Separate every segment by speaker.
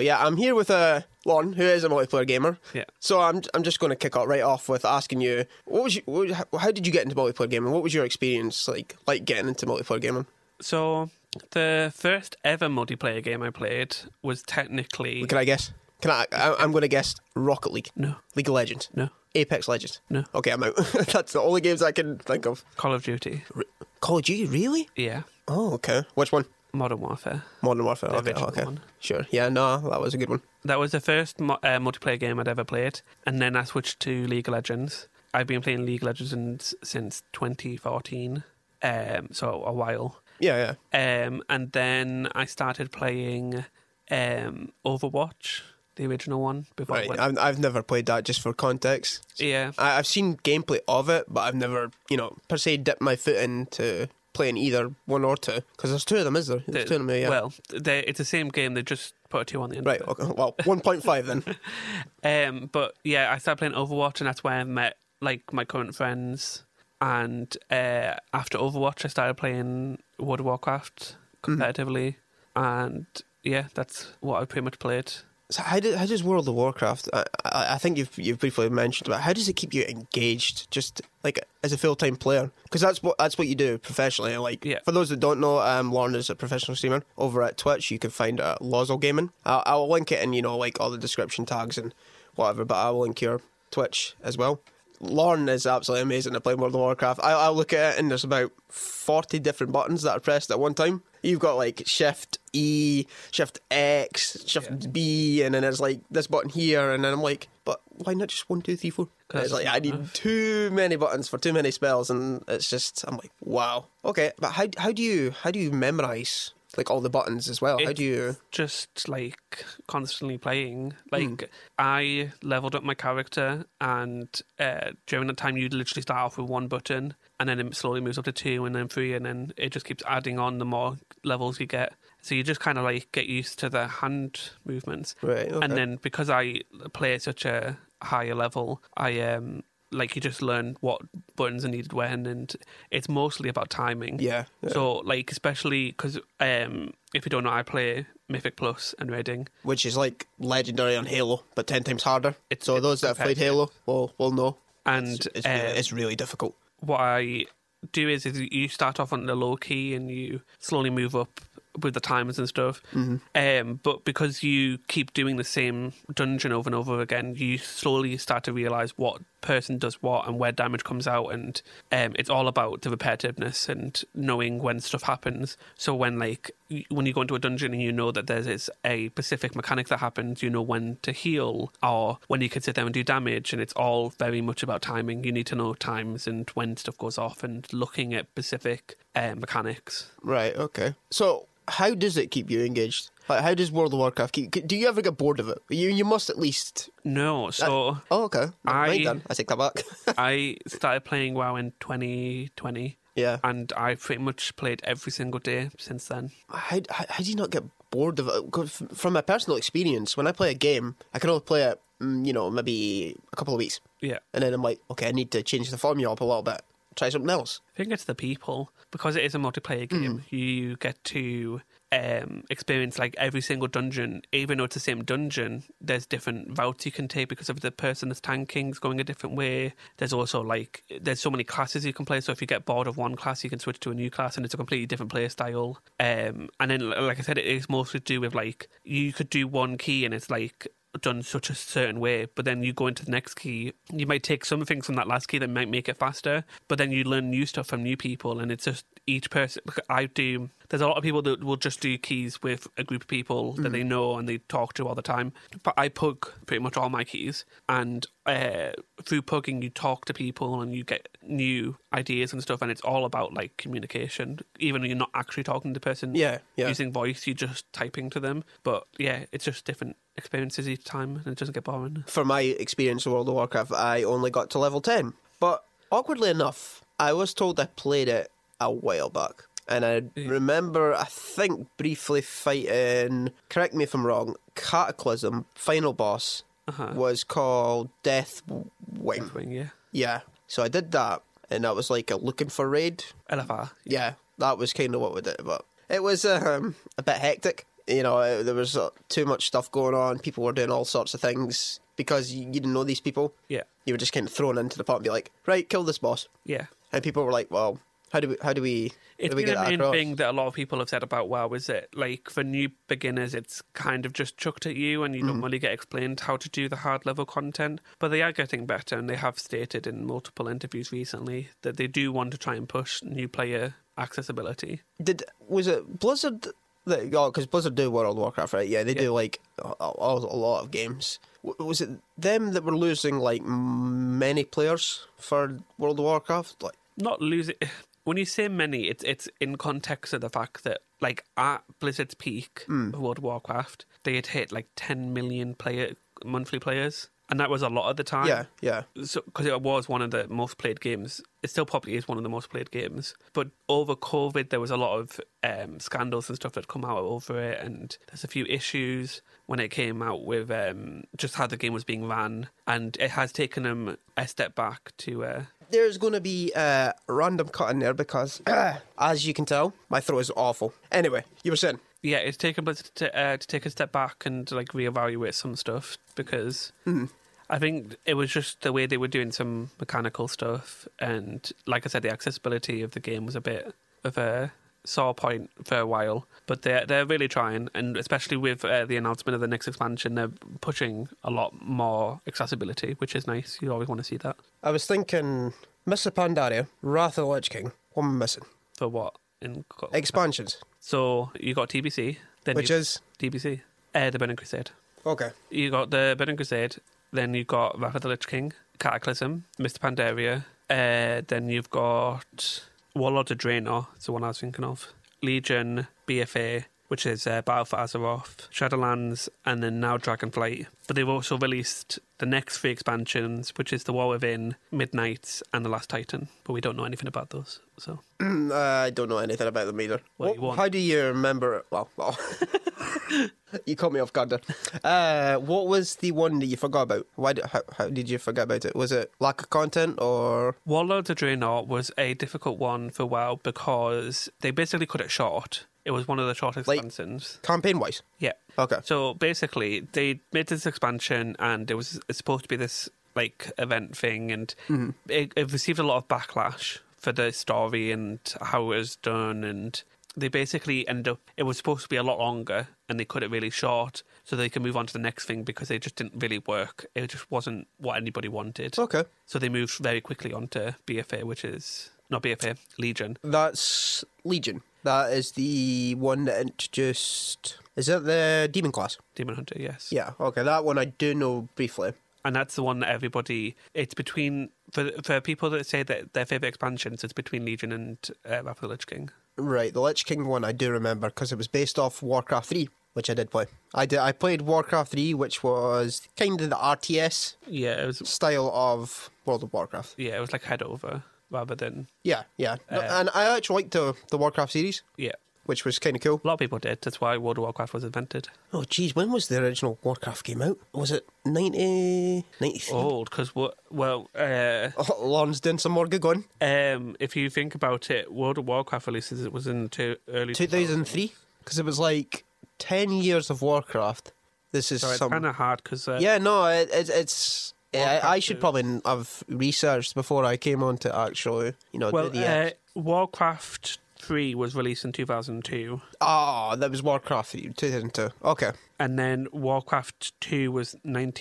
Speaker 1: yeah, I'm here with uh, Lauren, who is a multiplayer gamer.
Speaker 2: Yeah.
Speaker 1: So I'm I'm just going to kick off right off with asking you, what was you, what, how did you get into multiplayer gaming? What was your experience like like getting into multiplayer gaming?
Speaker 2: So the first ever multiplayer game I played was technically
Speaker 1: Can I guess? Can I? I I'm going to guess Rocket League,
Speaker 2: no,
Speaker 1: League of Legends,
Speaker 2: no,
Speaker 1: Apex Legends.
Speaker 2: No.
Speaker 1: Okay, I'm out. That's the only games I can think of.
Speaker 2: Call of Duty.
Speaker 1: Call of Duty, really?
Speaker 2: Yeah,
Speaker 1: Oh, okay. Which one?
Speaker 2: Modern Warfare.
Speaker 1: Modern Warfare.
Speaker 2: The
Speaker 1: Okay,
Speaker 2: original
Speaker 1: okay.
Speaker 2: one.
Speaker 1: Sure. Yeah, no, that was a good one.
Speaker 2: That was the first mu- uh, multiplayer game I'd ever played, and then I switched to League of Legends. I've been playing League of Legends since 2014, um, so a while.
Speaker 1: Yeah, yeah.
Speaker 2: Um, and then I started playing um, Overwatch, the original one. Before it
Speaker 1: Right.
Speaker 2: went-
Speaker 1: I've, I've never played that just for context.
Speaker 2: yeah,
Speaker 1: I, I've seen gameplay of it, but I've never, you know, per se dipped my foot into playing either one or two. Because there's two of them, is there? There's
Speaker 2: The-
Speaker 1: two of them, yeah.
Speaker 2: Well, uh, they, it's the same game. They just put a two on the end.
Speaker 1: right, okay. Well, 1.5 then.
Speaker 2: Um, but yeah, I started playing Overwatch, and that's where I met like my current friends. And uh, after Overwatch, I started playing World of Warcraft competitively, and yeah, that's what I pretty much played.
Speaker 1: So how, do, how does World of Warcraft, I, I, I think you've, you've briefly mentioned about, how does it keep you engaged just like as a full time player? Because that's what, that's what you do professionally. Like,
Speaker 2: Yeah.
Speaker 1: for those that don't know, um, Lauren is a professional streamer over at Twitch. You can find her at Lozel Gaming. I'll, I'll link it in, you know, like all the description tags and whatever, but I'll link your Twitch as well. Lauren is absolutely amazing at playing World of Warcraft. I, I look at it and there's about 40 different buttons that are pressed at one time. You've got like Shift E, Shift X, Shift B, and then there's like this button here, and then I'm like, but why not just one, two, three, four? And it's like I need too many buttons for too many spells, and it's just I'm like, wow, okay. But how how do you how do you memorize like all the buttons as well? how
Speaker 2: It's
Speaker 1: do you?
Speaker 2: just like constantly playing.
Speaker 1: Hmm.
Speaker 2: Like I leveled up my character, and uh, during that time, you literally start off with one button, and then it slowly moves up to two, and then three, and then it just keeps adding on the more levels you get. So you just kind of like get used to the hand movements,
Speaker 1: Right, okay.
Speaker 2: and then because I play at such a higher level, I um like you just learn what buttons are needed when, and it's mostly about timing.
Speaker 1: Yeah, yeah.
Speaker 2: So like especially because um, if you don't know, I play Mythic Plus and Reading.
Speaker 1: which is like legendary on Halo, but ten times harder.
Speaker 2: It's-
Speaker 1: so
Speaker 2: it's
Speaker 1: those that have played Halo will will know.
Speaker 2: And
Speaker 1: It's, it's,
Speaker 2: um,
Speaker 1: really, it's really difficult.
Speaker 2: what I do is, is you start off on the low key and you slowly move up with the times and stuff.
Speaker 1: Mm-hmm.
Speaker 2: Um, but because you keep doing the same dungeon over and over again, you slowly start to realize what person does what and where damage comes out, and um, it's all about the repetitiveness and knowing when stuff happens. So when like y- when you go into a dungeon and you know that there's is a specific mechanic that happens, you know when to heal or when you can sit there and do damage, and it's all very much about timing. You need to know times and when stuff goes off and looking at specific um, mechanics.
Speaker 1: Right. Okay. So how does it keep you engaged? Like, how does World of Warcraft keep? Do you ever get bored of it? You you must at least.
Speaker 2: No, so
Speaker 1: Oh, okay. Never mind
Speaker 2: I-
Speaker 1: then. I take that back.
Speaker 2: I started playing WoW in 2020.
Speaker 1: yeah.
Speaker 2: and I pretty much played every single day since then.
Speaker 1: how, how, how do you not get bored of it? 'Cause f- From my personal experience, when I play a game, I can only play it, mm, you know, maybe a couple of weeks.
Speaker 2: Yeah.
Speaker 1: And then I'm like, okay, I need to change the formula up a little bit, try something else.
Speaker 2: I think it's the people because it is a multiplayer game. You get to um, experience like every single dungeon, even though it's the same dungeon. There's different routes you can take because of the person that's tanking is going a different way. There's also like there's so many classes you can play. So if you get bored of one class, you can switch to a new class, and it's a completely different player style. Um, and then, li- like I said, it is mostly to do with like you could do one key, and it's like done such a certain way, but then you go into the next key, you might take some things from that last key that might make it faster, but then you learn new stuff from new people, and it's just each person. look, I do. There's a lot of people that will just do keys with a group of people that
Speaker 1: Mm.
Speaker 2: they know and they talk to all the time, but I pug pretty much all my keys, and uh, through pugging, you talk to people and you get new ideas and stuff, and it's all about like communication, even when you're not actually talking to the person
Speaker 1: Yeah, yeah.
Speaker 2: using voice, you're just typing to them. But yeah, it's just different experiences each time and it doesn't get boring.
Speaker 1: for my experience of World of Warcraft, I only got to level 10. But awkwardly enough, I was told I played it a while back. And I remember, I think, briefly fighting, correct me if I'm wrong, Cataclysm, final boss, was called Death Wing.
Speaker 2: Wing, yeah.
Speaker 1: Yeah. So I did that, and that was like a looking for raid
Speaker 2: LFR.
Speaker 1: yeah, that was kind of what we did. But it was um, a bit hectic. you know, uh, there was uh, too much stuff going on. People were doing all sorts of things because you, you didn't know these people.
Speaker 2: Yeah.
Speaker 1: You were just kind of thrown into the pot and be like, right, kill this boss.
Speaker 2: Yeah.
Speaker 1: And people were like, well, how do we, how do we, how
Speaker 2: It's
Speaker 1: do we
Speaker 2: been
Speaker 1: get
Speaker 2: a
Speaker 1: that
Speaker 2: main
Speaker 1: across?
Speaker 2: thing that a lot of people have said about WoW is that, like, for new beginners, it's kind of just chucked at you and you
Speaker 1: Mm-hmm.
Speaker 2: don't really get explained how to do the hard level content. But they are getting better, and they have stated in multiple interviews recently that they do want to try and push new player accessibility.
Speaker 1: Did was it Blizzard? That, oh, because Blizzard do World of Warcraft, right? Yeah, they do like a, a, a lot of games. W- Was it them that were losing like many players for World of Warcraft? Like,
Speaker 2: Not losing. When you say many, it's it's in context of the fact that, like, at Blizzard's peak of World of Warcraft, they had hit like 10 million player monthly players, and that was a lot at the time.
Speaker 1: yeah, yeah,
Speaker 2: so because it was one of the most played games, it still probably is one of the most played games. But over COVID, there was a lot of um, scandals and stuff that come out over it, and there's a few issues when it came out with um, just how the game was being ran, and it has taken them a step back to. Uh,
Speaker 1: there's going to be a random cut in there because, as you can tell, my throat is awful. Anyway, you were saying,
Speaker 2: yeah, it's taken us to, uh, to take a step back and like reevaluate some stuff because
Speaker 1: Mm-hmm.
Speaker 2: I think it was just the way they were doing some mechanical stuff, and like I said, the accessibility of the game was a bit of a sore point for a while. But they're they're really trying, and especially with uh, the announcement of the next expansion, they're pushing a lot more accessibility, which is nice. You always want to see that.
Speaker 1: I was thinking, Mr. Pandaria, Wrath of the Lich King. What am I missing?
Speaker 2: For what? In
Speaker 1: Expansions,
Speaker 2: so you got TBC, then
Speaker 1: which
Speaker 2: Oh, you,
Speaker 1: is
Speaker 2: TBC, uh, the Burning Crusade.
Speaker 1: okay.
Speaker 2: you got the Burning Crusade, then you've got Wrath of the Lich King, Cataclysm, Mr. Pandaria, uh, then you've got Warlords of Draenor, it's the one I was thinking of, Legion, BFA, which is uh, Battle for Azeroth, Shadowlands, and then now Dragonflight. But they've also released the next three expansions, which is The War Within, Midnights, and The Last Titan. But we don't know anything about those, so.
Speaker 1: I don't know anything about them either.
Speaker 2: What you want?
Speaker 1: How do you remember? it? Well, well you caught me off guard. There. Uh, what was the one that you forgot about? Why? Did, how, how did you forget about it? Was it lack of content or?
Speaker 2: Warlords of Draenor was a difficult one for WoW because they basically cut it short. It was one of the short
Speaker 1: Like-
Speaker 2: expansions.
Speaker 1: Campaign wise,
Speaker 2: yeah.
Speaker 1: okay.
Speaker 2: So basically, they made this expansion, and it was it's supposed to be this like event thing, and it, it received a lot of backlash for the story and how it was done, and they basically ended up. It was supposed to be a lot longer, and they cut it really short so they can move on to the next thing because it just didn't really work. It just wasn't what anybody wanted.
Speaker 1: Okay,
Speaker 2: So they moved very quickly on to BFA, which is not BFA Legion.
Speaker 1: that's Legion. That is the one that introduced. Is that the demon class?
Speaker 2: Demon Hunter, yes.
Speaker 1: Yeah. Okay, that one I do know briefly.
Speaker 2: and that's the one that everybody. It's between for for people that say that their favorite expansions. It's between Legion and uh, Wrath of the Lich King.
Speaker 1: Right, the Lich King one I do remember because it was based off Warcraft three, which I did play. I did. I played Warcraft three, which was kind of the RTS
Speaker 2: Yeah, it was
Speaker 1: style of World of Warcraft.
Speaker 2: yeah, it was like head over rather than
Speaker 1: Yeah, yeah. No,
Speaker 2: Uh,
Speaker 1: and I actually liked the, the Warcraft series,
Speaker 2: yeah.
Speaker 1: which was kind of cool.
Speaker 2: A lot of people did. That's why World of Warcraft was invented.
Speaker 1: Oh, geez, when was the original Warcraft came out? Was it 90... 93?
Speaker 2: Old because well, uh,
Speaker 1: Oh, Lauren's doing some more giggling.
Speaker 2: um, if you think about it, World of Warcraft releases it was in the two, early
Speaker 1: 2003? Because it was like 10 years of Warcraft. This is
Speaker 2: So it's
Speaker 1: some...
Speaker 2: kind of hard because uh,
Speaker 1: Yeah, no, it, it, it's... I, I
Speaker 2: Warcraft
Speaker 1: should
Speaker 2: two.
Speaker 1: probably n- have researched before I came on to actually, you know,
Speaker 2: well,
Speaker 1: do the... act-
Speaker 2: uh, Warcraft three was released in two thousand two.
Speaker 1: Ah, that was Warcraft 3, 2002. Okay.
Speaker 2: and then Warcraft Two was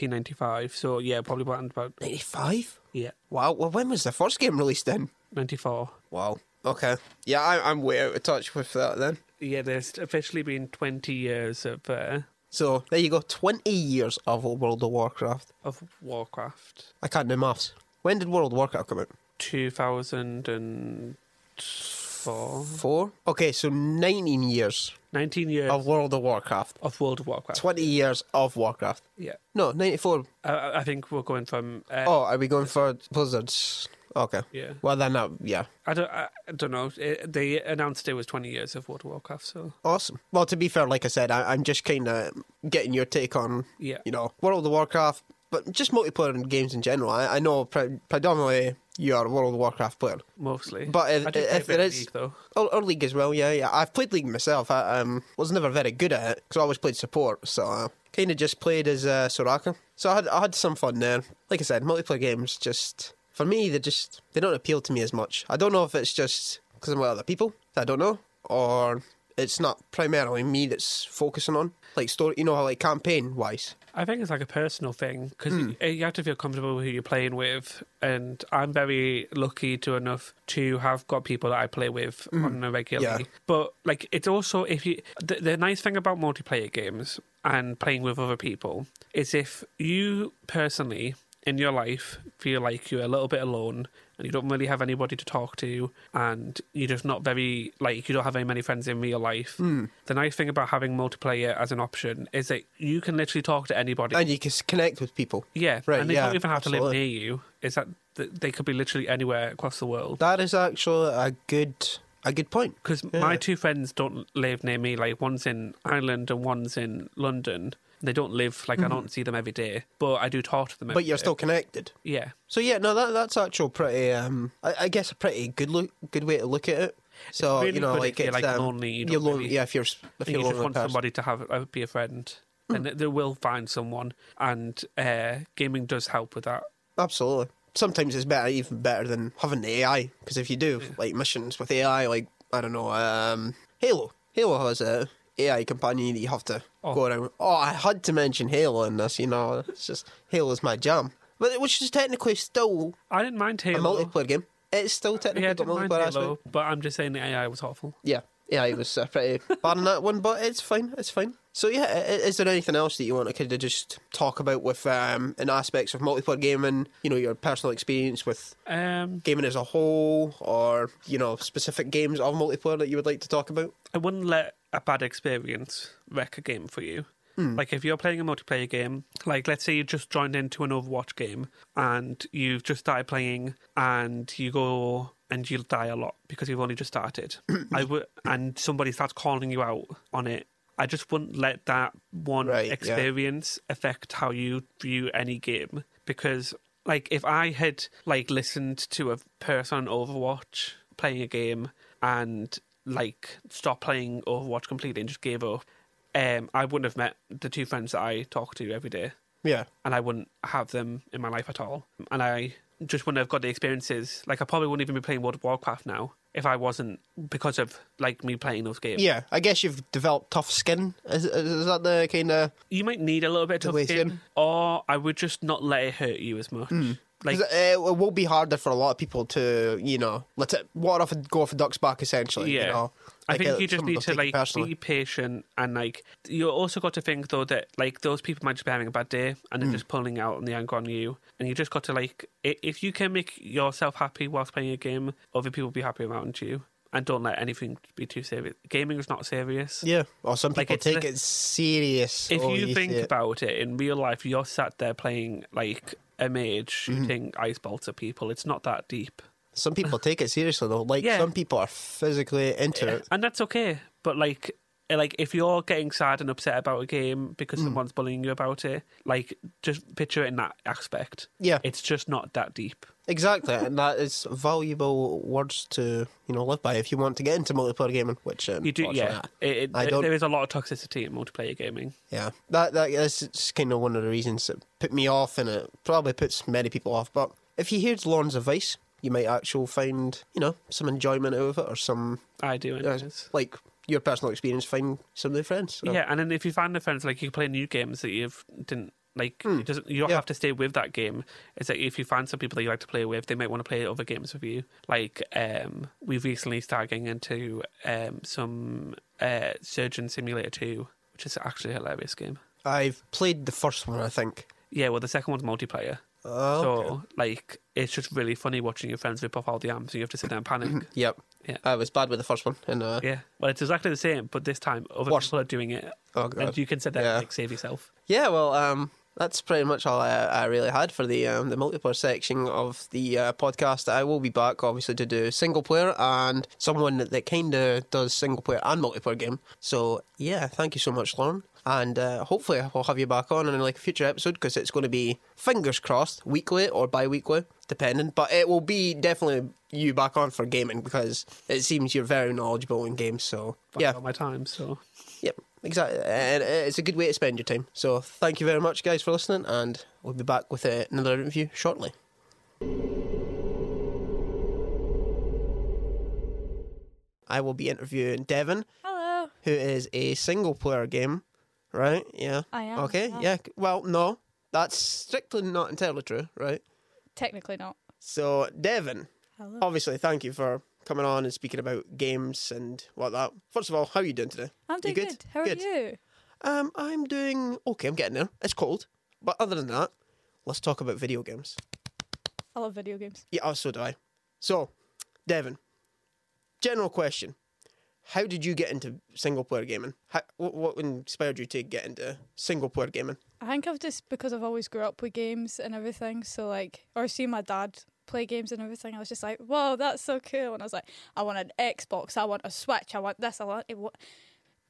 Speaker 2: 1995. So yeah, probably around about
Speaker 1: 95?
Speaker 2: yeah
Speaker 1: Wow, well, when was the first game released then?
Speaker 2: 94.
Speaker 1: Wow. Okay. Yeah, I, I'm way out of touch with that then.
Speaker 2: Yeah, there's officially been 20 years of uh,
Speaker 1: So there you go. 20 years of World of Warcraft.
Speaker 2: of Warcraft.
Speaker 1: I can't do maths. When did World of Warcraft come out?
Speaker 2: 2004,
Speaker 1: Four? Okay, so 19 years
Speaker 2: 19 years
Speaker 1: of
Speaker 2: of,
Speaker 1: World of Warcraft.
Speaker 2: World of Warcraft.
Speaker 1: 20 years of Warcraft.
Speaker 2: yeah,
Speaker 1: No, 94.
Speaker 2: I- I, I think we're going from. Uh,
Speaker 1: Oh, are we going for Blizzards? Okay.
Speaker 2: Yeah.
Speaker 1: Well, then, uh, yeah.
Speaker 2: I don't. I, I don't know. It, they announced it was 20 years of World of Warcraft. So
Speaker 1: Awesome. Well, to be fair, like I said, I, I'm just kind of getting your take on,
Speaker 2: yeah,
Speaker 1: you know, World of Warcraft But just multiplayer games in general. I, I know pre- predominantly you are a World of Warcraft player.
Speaker 2: mostly.
Speaker 1: But if,
Speaker 2: I do play a
Speaker 1: if
Speaker 2: bit
Speaker 1: there
Speaker 2: of
Speaker 1: is,
Speaker 2: League, though.
Speaker 1: Or, or League as well, yeah, yeah. I've played League myself. I um, was never very good at it because I always played support, so I kind of just played as uh, Soraka. So I had I had some fun there. Like I said, multiplayer games just for me they just they don't appeal to me as much. I don't know if it's just because I'm with other people. I don't know, or it's not primarily me that's focusing on like story. You know, how like campaign wise.
Speaker 2: I think it's like a personal thing because you have to feel comfortable with who you're playing with, and I'm very lucky to enough to have got people that I play with on a regularly.
Speaker 1: Yeah.
Speaker 2: But like, it's also if you the, the nice thing about multiplayer games and playing with other people is if you personally in your life feel like you're a little bit alone and you don't really have anybody to talk to and you're just not very like you don't have very many friends in real life
Speaker 1: Hmm.
Speaker 2: the nice thing about having multiplayer as an option is that you can literally talk to anybody
Speaker 1: And you can s- connect with people.
Speaker 2: yeah
Speaker 1: Right,
Speaker 2: and they
Speaker 1: yeah,
Speaker 2: don't even have to live
Speaker 1: absolutely.
Speaker 2: near you is that th- they could be literally anywhere across the world
Speaker 1: That is actually a good a good point.
Speaker 2: because my two friends don't live near me like one's in ireland and one's in london they don't live like i don't see them every day but i do talk to them every
Speaker 1: Mm-hmm. But you're
Speaker 2: day.
Speaker 1: still connected.
Speaker 2: yeah
Speaker 1: So yeah, no, that that's actual pretty. Um, I, I guess a pretty good look, good way to look at it. So
Speaker 2: really
Speaker 1: you know,
Speaker 2: good
Speaker 1: like
Speaker 2: if you're,
Speaker 1: it's,
Speaker 2: like,
Speaker 1: um,
Speaker 2: lonely,
Speaker 1: are
Speaker 2: you don't
Speaker 1: lonely.
Speaker 2: really-
Speaker 1: Yeah, if you're s- if
Speaker 2: think
Speaker 1: you're
Speaker 2: you just
Speaker 1: lonely
Speaker 2: want
Speaker 1: person.
Speaker 2: somebody to have uh, be a friend,
Speaker 1: Hmm.
Speaker 2: and they- they will find someone. And uh, gaming does help with that.
Speaker 1: Absolutely. Sometimes it's better, even better than having the AI. Because if you do like missions with AI, like I don't know, um, Halo. Halo has a AI companion that you have to
Speaker 2: Oh.
Speaker 1: go around. Oh, I had to mention Halo in this. You know, it's just Halo's my jam. But it- which is technically still
Speaker 2: I didn't mind
Speaker 1: a
Speaker 2: Halo.
Speaker 1: multiplayer game. It's still technically
Speaker 2: yeah, I
Speaker 1: got
Speaker 2: didn't mind
Speaker 1: multiplayer aspect.
Speaker 2: Halo, but I'm just saying the AI was awful.
Speaker 1: Yeah, yeah, it was uh, pretty bad on that one, but it's fine, it's fine. So yeah, i- i- is there anything else that you want to kind of just talk about with um, in aspects of multiplayer gaming? You know, your personal experience with
Speaker 2: Um,
Speaker 1: gaming as a whole, or you know, specific games of multiplayer that you would like to talk about?
Speaker 2: I wouldn't let a bad experience wreck a game for you.
Speaker 1: Hmm.
Speaker 2: Like if you're playing a multiplayer game, like let's say you just joined into an Overwatch game and you've just started playing and you go and you'll die a lot because you've only just started. I would and somebody starts calling you out on it. I just wouldn't let that one
Speaker 1: Right, yeah.
Speaker 2: experience experience affect how you view any game because like if i had like listened to a person on overwatch playing a game and like stopped playing overwatch completely and just gave up um i wouldn't have met the two friends that i talk to every day
Speaker 1: Yeah,
Speaker 2: and i wouldn't have them in my life at all and i just wouldn't have got the experiences like i probably wouldn't even be playing world of warcraft now if i wasn't because of like me playing those games
Speaker 1: yeah. I guess you've developed tough skin. Is, is, is that the kind of?
Speaker 2: you might need a little bit of
Speaker 1: way
Speaker 2: tough
Speaker 1: it's
Speaker 2: skin,
Speaker 1: in.
Speaker 2: or I would just not let it hurt you as much.
Speaker 1: Hmm.
Speaker 2: Like,
Speaker 1: it will be harder for a lot of people to, you know, let it water off and go off a duck's back. Essentially,
Speaker 2: yeah,
Speaker 1: You know?
Speaker 2: I
Speaker 1: Like,
Speaker 2: think
Speaker 1: uh,
Speaker 2: you just
Speaker 1: some will
Speaker 2: need to
Speaker 1: take it
Speaker 2: like
Speaker 1: personally.
Speaker 2: be patient and like you also got to think though that like those people might just be having a bad day and they're
Speaker 1: Hmm.
Speaker 2: just pulling out on the anger on you, and you just got to like i- if you can make yourself happy whilst playing a game, other people will be happy around you, and don't let anything be too serious. Gaming is not serious.
Speaker 1: Yeah, or some people
Speaker 2: it's
Speaker 1: take
Speaker 2: the-
Speaker 1: it serious.
Speaker 2: if
Speaker 1: Oh,
Speaker 2: you think
Speaker 1: see it.
Speaker 2: about it in real life, you're sat there playing like a mage
Speaker 1: Mm-hmm.
Speaker 2: shooting ice bolts at people. It's not that deep.
Speaker 1: some people take it seriously though. Like
Speaker 2: Yeah.
Speaker 1: some people are physically into it.
Speaker 2: and that's okay. But like, eh, like if you're getting sad and upset about a game because
Speaker 1: Hmm.
Speaker 2: someone's bullying you about it, like just picture it in that aspect.
Speaker 1: Yeah,
Speaker 2: It's just not that deep.
Speaker 1: exactly, and that is valuable words to you know live by if you want to get into multiplayer gaming. Which um,
Speaker 2: You do, yeah.
Speaker 1: unfortunately,
Speaker 2: It, it,
Speaker 1: I don't-
Speaker 2: There is a lot of toxicity in multiplayer gaming.
Speaker 1: yeah. That that is kind of one of the reasons that put me off, and it probably puts many people off. But if you heard Lauren's advice, you might actually find you know some enjoyment out of it, or some
Speaker 2: I do.
Speaker 1: uh,
Speaker 2: Anyways.
Speaker 1: like your personal experience. Find some new friends. So,
Speaker 2: Yeah, and then if you find the friends, like you can play new games that you've didn't like. It doesn't you don't
Speaker 1: Hmm. Yeah.
Speaker 2: have to stay with that game. It's like if you find some people that you like to play with, they might want to play other games with you. Like um, we've recently started getting into um, some uh, Surgeon Simulator Two, which is actually a hilarious game.
Speaker 1: I've played the first one, I think.
Speaker 2: Yeah, well, the second one's multiplayer.
Speaker 1: Oh,
Speaker 2: so, like, it's just really funny watching your friends rip off all the arms and you have to sit there and panic.
Speaker 1: Yep.
Speaker 2: Yeah.
Speaker 1: I was bad with the first one. And uh,
Speaker 2: yeah. Well, it's exactly the same, but this time other
Speaker 1: Worse.
Speaker 2: people are doing it.
Speaker 1: oh god.
Speaker 2: And you can sit there
Speaker 1: Yeah.
Speaker 2: and like, save yourself.
Speaker 1: yeah. Well, um, that's pretty much all I, I really had for the um, the multiplayer section of the uh, podcast. I will be back obviously to do single player and someone that, that kind of does single player and multiplayer game. So yeah, thank you so much, Lauren. And uh, hopefully, I'll have you back on in like a future episode because it's going to be fingers crossed weekly or bi-weekly, depending. But it will be definitely you back on for gaming because it seems you're very knowledgeable in games. So
Speaker 2: That's
Speaker 1: yeah,
Speaker 2: all my time. So
Speaker 1: yep, exactly. And uh, it's a good way to spend your time. So thank you very much, guys, for listening, and we'll be back with uh, another interview shortly. I will be interviewing Devon
Speaker 3: Hello.
Speaker 1: who is a single player game, right? Yeah.
Speaker 3: I am,
Speaker 1: Okay,
Speaker 3: yeah.
Speaker 1: yeah. c- Well, no, that's strictly not entirely true, right?
Speaker 3: Technically not.
Speaker 1: So, Devin,
Speaker 3: Hello.
Speaker 1: obviously, thank you for coming on and speaking about games and what that. First of all, how are you doing today?
Speaker 3: I'm
Speaker 1: You
Speaker 3: doing
Speaker 1: good?
Speaker 3: good? How
Speaker 1: Good.
Speaker 3: are you?
Speaker 1: Um, I'm doing okay, I'm getting there. It's cold. But other than that, let's talk about video games.
Speaker 3: I love video games.
Speaker 1: Yeah, oh, so do I. So, Devin, general question. How did you get into single player gaming? How, what, what inspired you to get into single player gaming?
Speaker 3: I think I've just because I've always grew up with games and everything, so like or seeing my dad play games and everything, I was just like, Whoa, that's so cool and I was like, I want an Xbox, I want a Switch, I want this, I want it wa-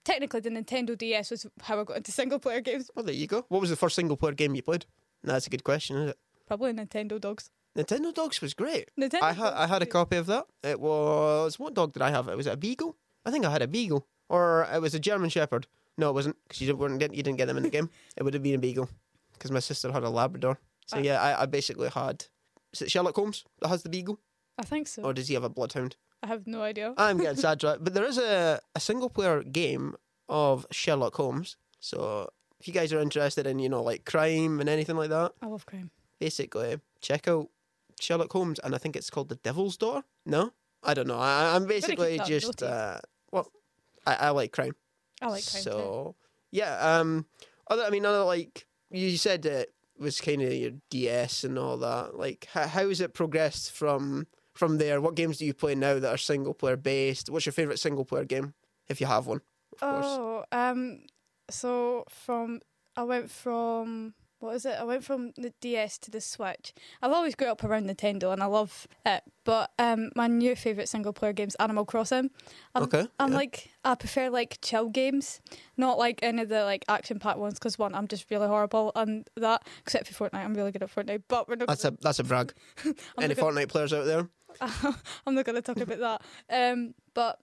Speaker 3: Technically the Nintendo DS was how I got into single player games.
Speaker 1: Well, there you go. What was the first single player game you played? Nah, That's a good question, isn't it?
Speaker 3: Probably Nintendo dogs.
Speaker 1: Nintendo Dogs was great.
Speaker 3: Nintendo
Speaker 1: I had
Speaker 3: Dogs
Speaker 1: I had a
Speaker 3: was
Speaker 1: copy of that. It was what dog did I have? It was it a beagle. I think I had a beagle, or it was a German Shepherd. No, it wasn't because you didn't weren't get- you didn't get them in the game. It would have been a beagle because my sister had a Labrador. So
Speaker 3: Ah.
Speaker 1: yeah, I, I basically had. Is it Sherlock Holmes that has the beagle,
Speaker 3: I think so.
Speaker 1: or does he have a bloodhound?
Speaker 3: I have no idea.
Speaker 1: I'm getting sidetracked, but there is a, a single player game of Sherlock Holmes. So if you guys are interested in you know like crime and anything like that,
Speaker 3: I love crime.
Speaker 1: basically check out Sherlock Holmes, and I think it's called The Devil's Daughter. No, I don't know. I, I'm
Speaker 3: keep
Speaker 1: basically
Speaker 3: that
Speaker 1: just
Speaker 3: naughty.
Speaker 1: uh, well, I, I like crime.
Speaker 3: I like crime. too.
Speaker 1: So yeah, um, other I mean, other like you said, it was kind of your DS and all that. Like, how, how has it progressed from from there? What games do you play now that are single player based? What's your favorite single player game if you have one? Of course.
Speaker 3: Oh, um, so from I went from what is it? I went from the DS to the Switch. I've always grew up around Nintendo, and I love it. But um, my new favorite single player game's Animal Crossing. I'm,
Speaker 1: Okay,
Speaker 3: I'm
Speaker 1: yeah.
Speaker 3: like I prefer like chill games, not like any of the like action packed ones. Because one, I'm just really horrible, and that except for Fortnite, I'm really good at Fortnite. But we're not.
Speaker 1: That's
Speaker 3: gonna-
Speaker 1: a that's a brag.
Speaker 3: I'm
Speaker 1: Any
Speaker 3: not gonna-
Speaker 1: Fortnite players out there?
Speaker 3: I'm not going to talk about that. Um, but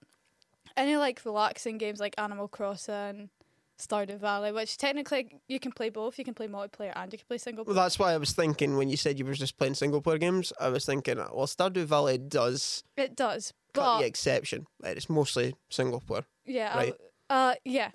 Speaker 3: any like relaxing games like Animal Crossing, Stardew Valley, which technically you can play both. You can play multiplayer and you can play single
Speaker 1: Well,
Speaker 3: player.
Speaker 1: that's why I was thinking when you said you were just playing single player games. I was thinking, well, Stardew Valley does
Speaker 3: it does,
Speaker 1: cut
Speaker 3: but
Speaker 1: the exception. but It's mostly single player.
Speaker 3: yeah,
Speaker 1: right.
Speaker 3: I, uh, yeah.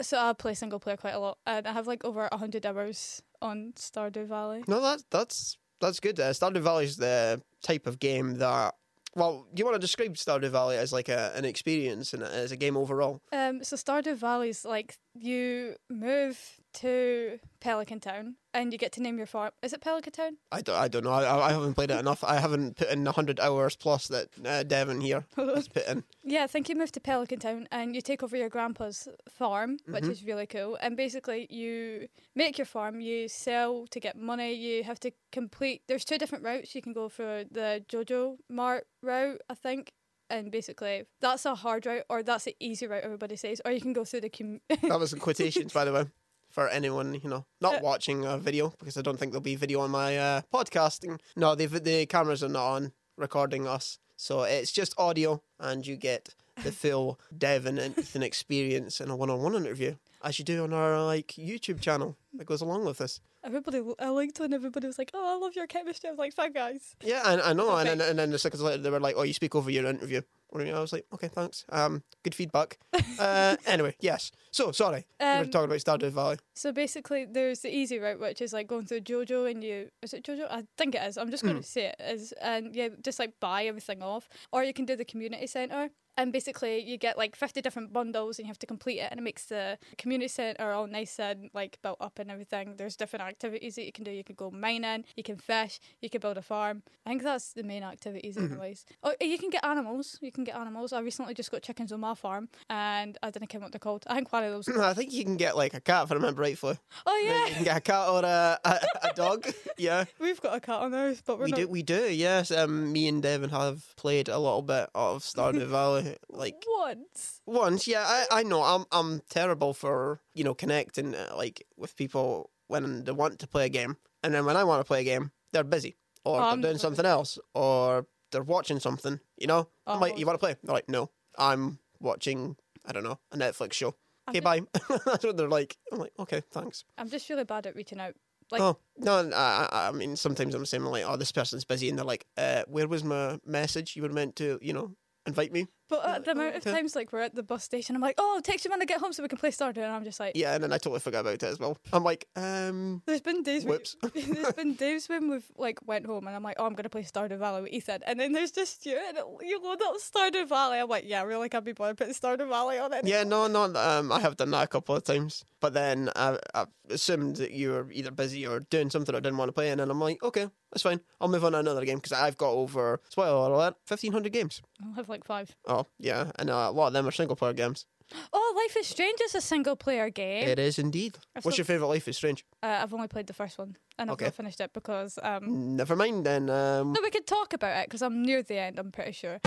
Speaker 3: So I play single player quite a lot, and I have like over hundred hours on Stardew Valley.
Speaker 1: No, that's that's that's good. Uh, Stardew Valley is the type of game that. Well, do you want to describe Stardew Valley as like a, an experience and as a game overall?
Speaker 3: Um, so Stardew Valley's like you move to Pelican Town and you get to name your farm. Is it Pelican Town?
Speaker 1: I don't, I don't know. I, I haven't played it enough. I haven't put in the hundred hours plus that uh, Devon here has put in.
Speaker 3: Yeah, I think you move to Pelican Town and you take over your grandpa's farm, which is really cool. And basically, you make your farm, you sell to get money, you have to complete. There's two different routes. You can go for the JoJo Mart route, I think. And basically, that's a hard route, or that's the easy route, everybody says. Or you can go through the. Com-
Speaker 1: That was in quotations, by the way, for anyone you know not watching a video because I don't think there'll be video on my uh, podcasting. No, the the cameras are not on recording us, so it's just audio, and you get the full Devon and Ethan experience in a one-on-one interview, as you do on our like YouTube channel that goes along with this.
Speaker 3: everybody, I liked when everybody was like, oh, I love your chemistry. I was like, fuck, guys.
Speaker 1: Yeah, and I know, and, and
Speaker 3: Perfect.
Speaker 1: and then the seconds later they were like, "Oh, you speak over your interview." I was like, "Okay, thanks. Um, good feedback." Uh, anyway, yes. So sorry, we were
Speaker 3: Um,
Speaker 1: talking about Stardew Valley.
Speaker 3: So basically, there's the easy route, which is like going through JoJo, and you is it JoJo? I think it is. I'm just going to say it is, and yeah, just like buy everything off, or you can do the community center, and basically you get like 50 different bundles, and you have to complete it, and it makes the community center all nice and like built up and everything. There's different activities that you can do. You can go mining, you can fish, you can build a farm. I think that's the main activities, anyways. Oh, you can get animals. You can get animals. I recently just got chickens on my farm, and I didn't care what they're called. I think one of those.
Speaker 1: I think you can get like a cat if I remember rightfully.
Speaker 3: oh
Speaker 1: Maybe
Speaker 3: yeah.
Speaker 1: You can get a cat or a, a, a dog. Yeah,
Speaker 3: We've got a cat on ours, but we're
Speaker 1: we
Speaker 3: not.
Speaker 1: do. We do. Yes. Um, me and Devin have played a little bit of Stardew Valley. uh, like
Speaker 3: once.
Speaker 1: once. Yeah, I, I know. I'm I'm terrible for you know connecting uh, like with people when they want to play a game, and then when I want to play a game, they're busy or
Speaker 3: I'm
Speaker 1: they're doing something else or they're watching something. You know, I'm like,
Speaker 3: Oh.
Speaker 1: you want to play? They're like, no, I'm watching. I don't know a Netflix show.
Speaker 3: I'm
Speaker 1: Okay, bye. That's what they're like. I'm like, okay, thanks.
Speaker 3: I'm just really bad at reaching out. Like,
Speaker 1: oh no, n- I, I I mean sometimes I'm saying like, oh, this person's busy, and they're like, uh, where was my message? You were meant to, you know, invite me.
Speaker 3: but uh,
Speaker 1: like,
Speaker 3: the
Speaker 1: oh,
Speaker 3: amount of
Speaker 1: okay.
Speaker 3: times like we're at the bus station, I'm like, oh, I'll text you when I get home so we can play Stardew, and I'm just like,
Speaker 1: Yeah, and then I totally forgot about it as well. I'm like, um,
Speaker 3: There's been days. When,
Speaker 1: Whoops.
Speaker 3: there's been days when we've like went home and I'm like, oh, I'm gonna play Stardew Valley with Ethan, and then there's just you and it, you load up Stardew Valley. I'm like, yeah, I really can't be bothered putting Stardew Valley on it.
Speaker 1: yeah, no, no, um, I have done that a couple of times, but then I, I assumed that you were either busy or doing something I didn't want to play, and then I'm like, okay, that's fine. I'll move on to another game because I've got over spoiler alert, fifteen hundred games.
Speaker 3: I'll have like five.
Speaker 1: Oh yeah, and uh, a lot of them are single player games.
Speaker 3: Oh, Life is Strange is a single player game.
Speaker 1: It is indeed.
Speaker 3: I've
Speaker 1: What's
Speaker 3: still-
Speaker 1: your favourite Life is Strange?
Speaker 3: Uh, I've only played the first one and
Speaker 1: Okay.
Speaker 3: I've not finished it because um.
Speaker 1: Never mind then. Um,
Speaker 3: No, we could talk about it because I'm near the end. I'm pretty sure.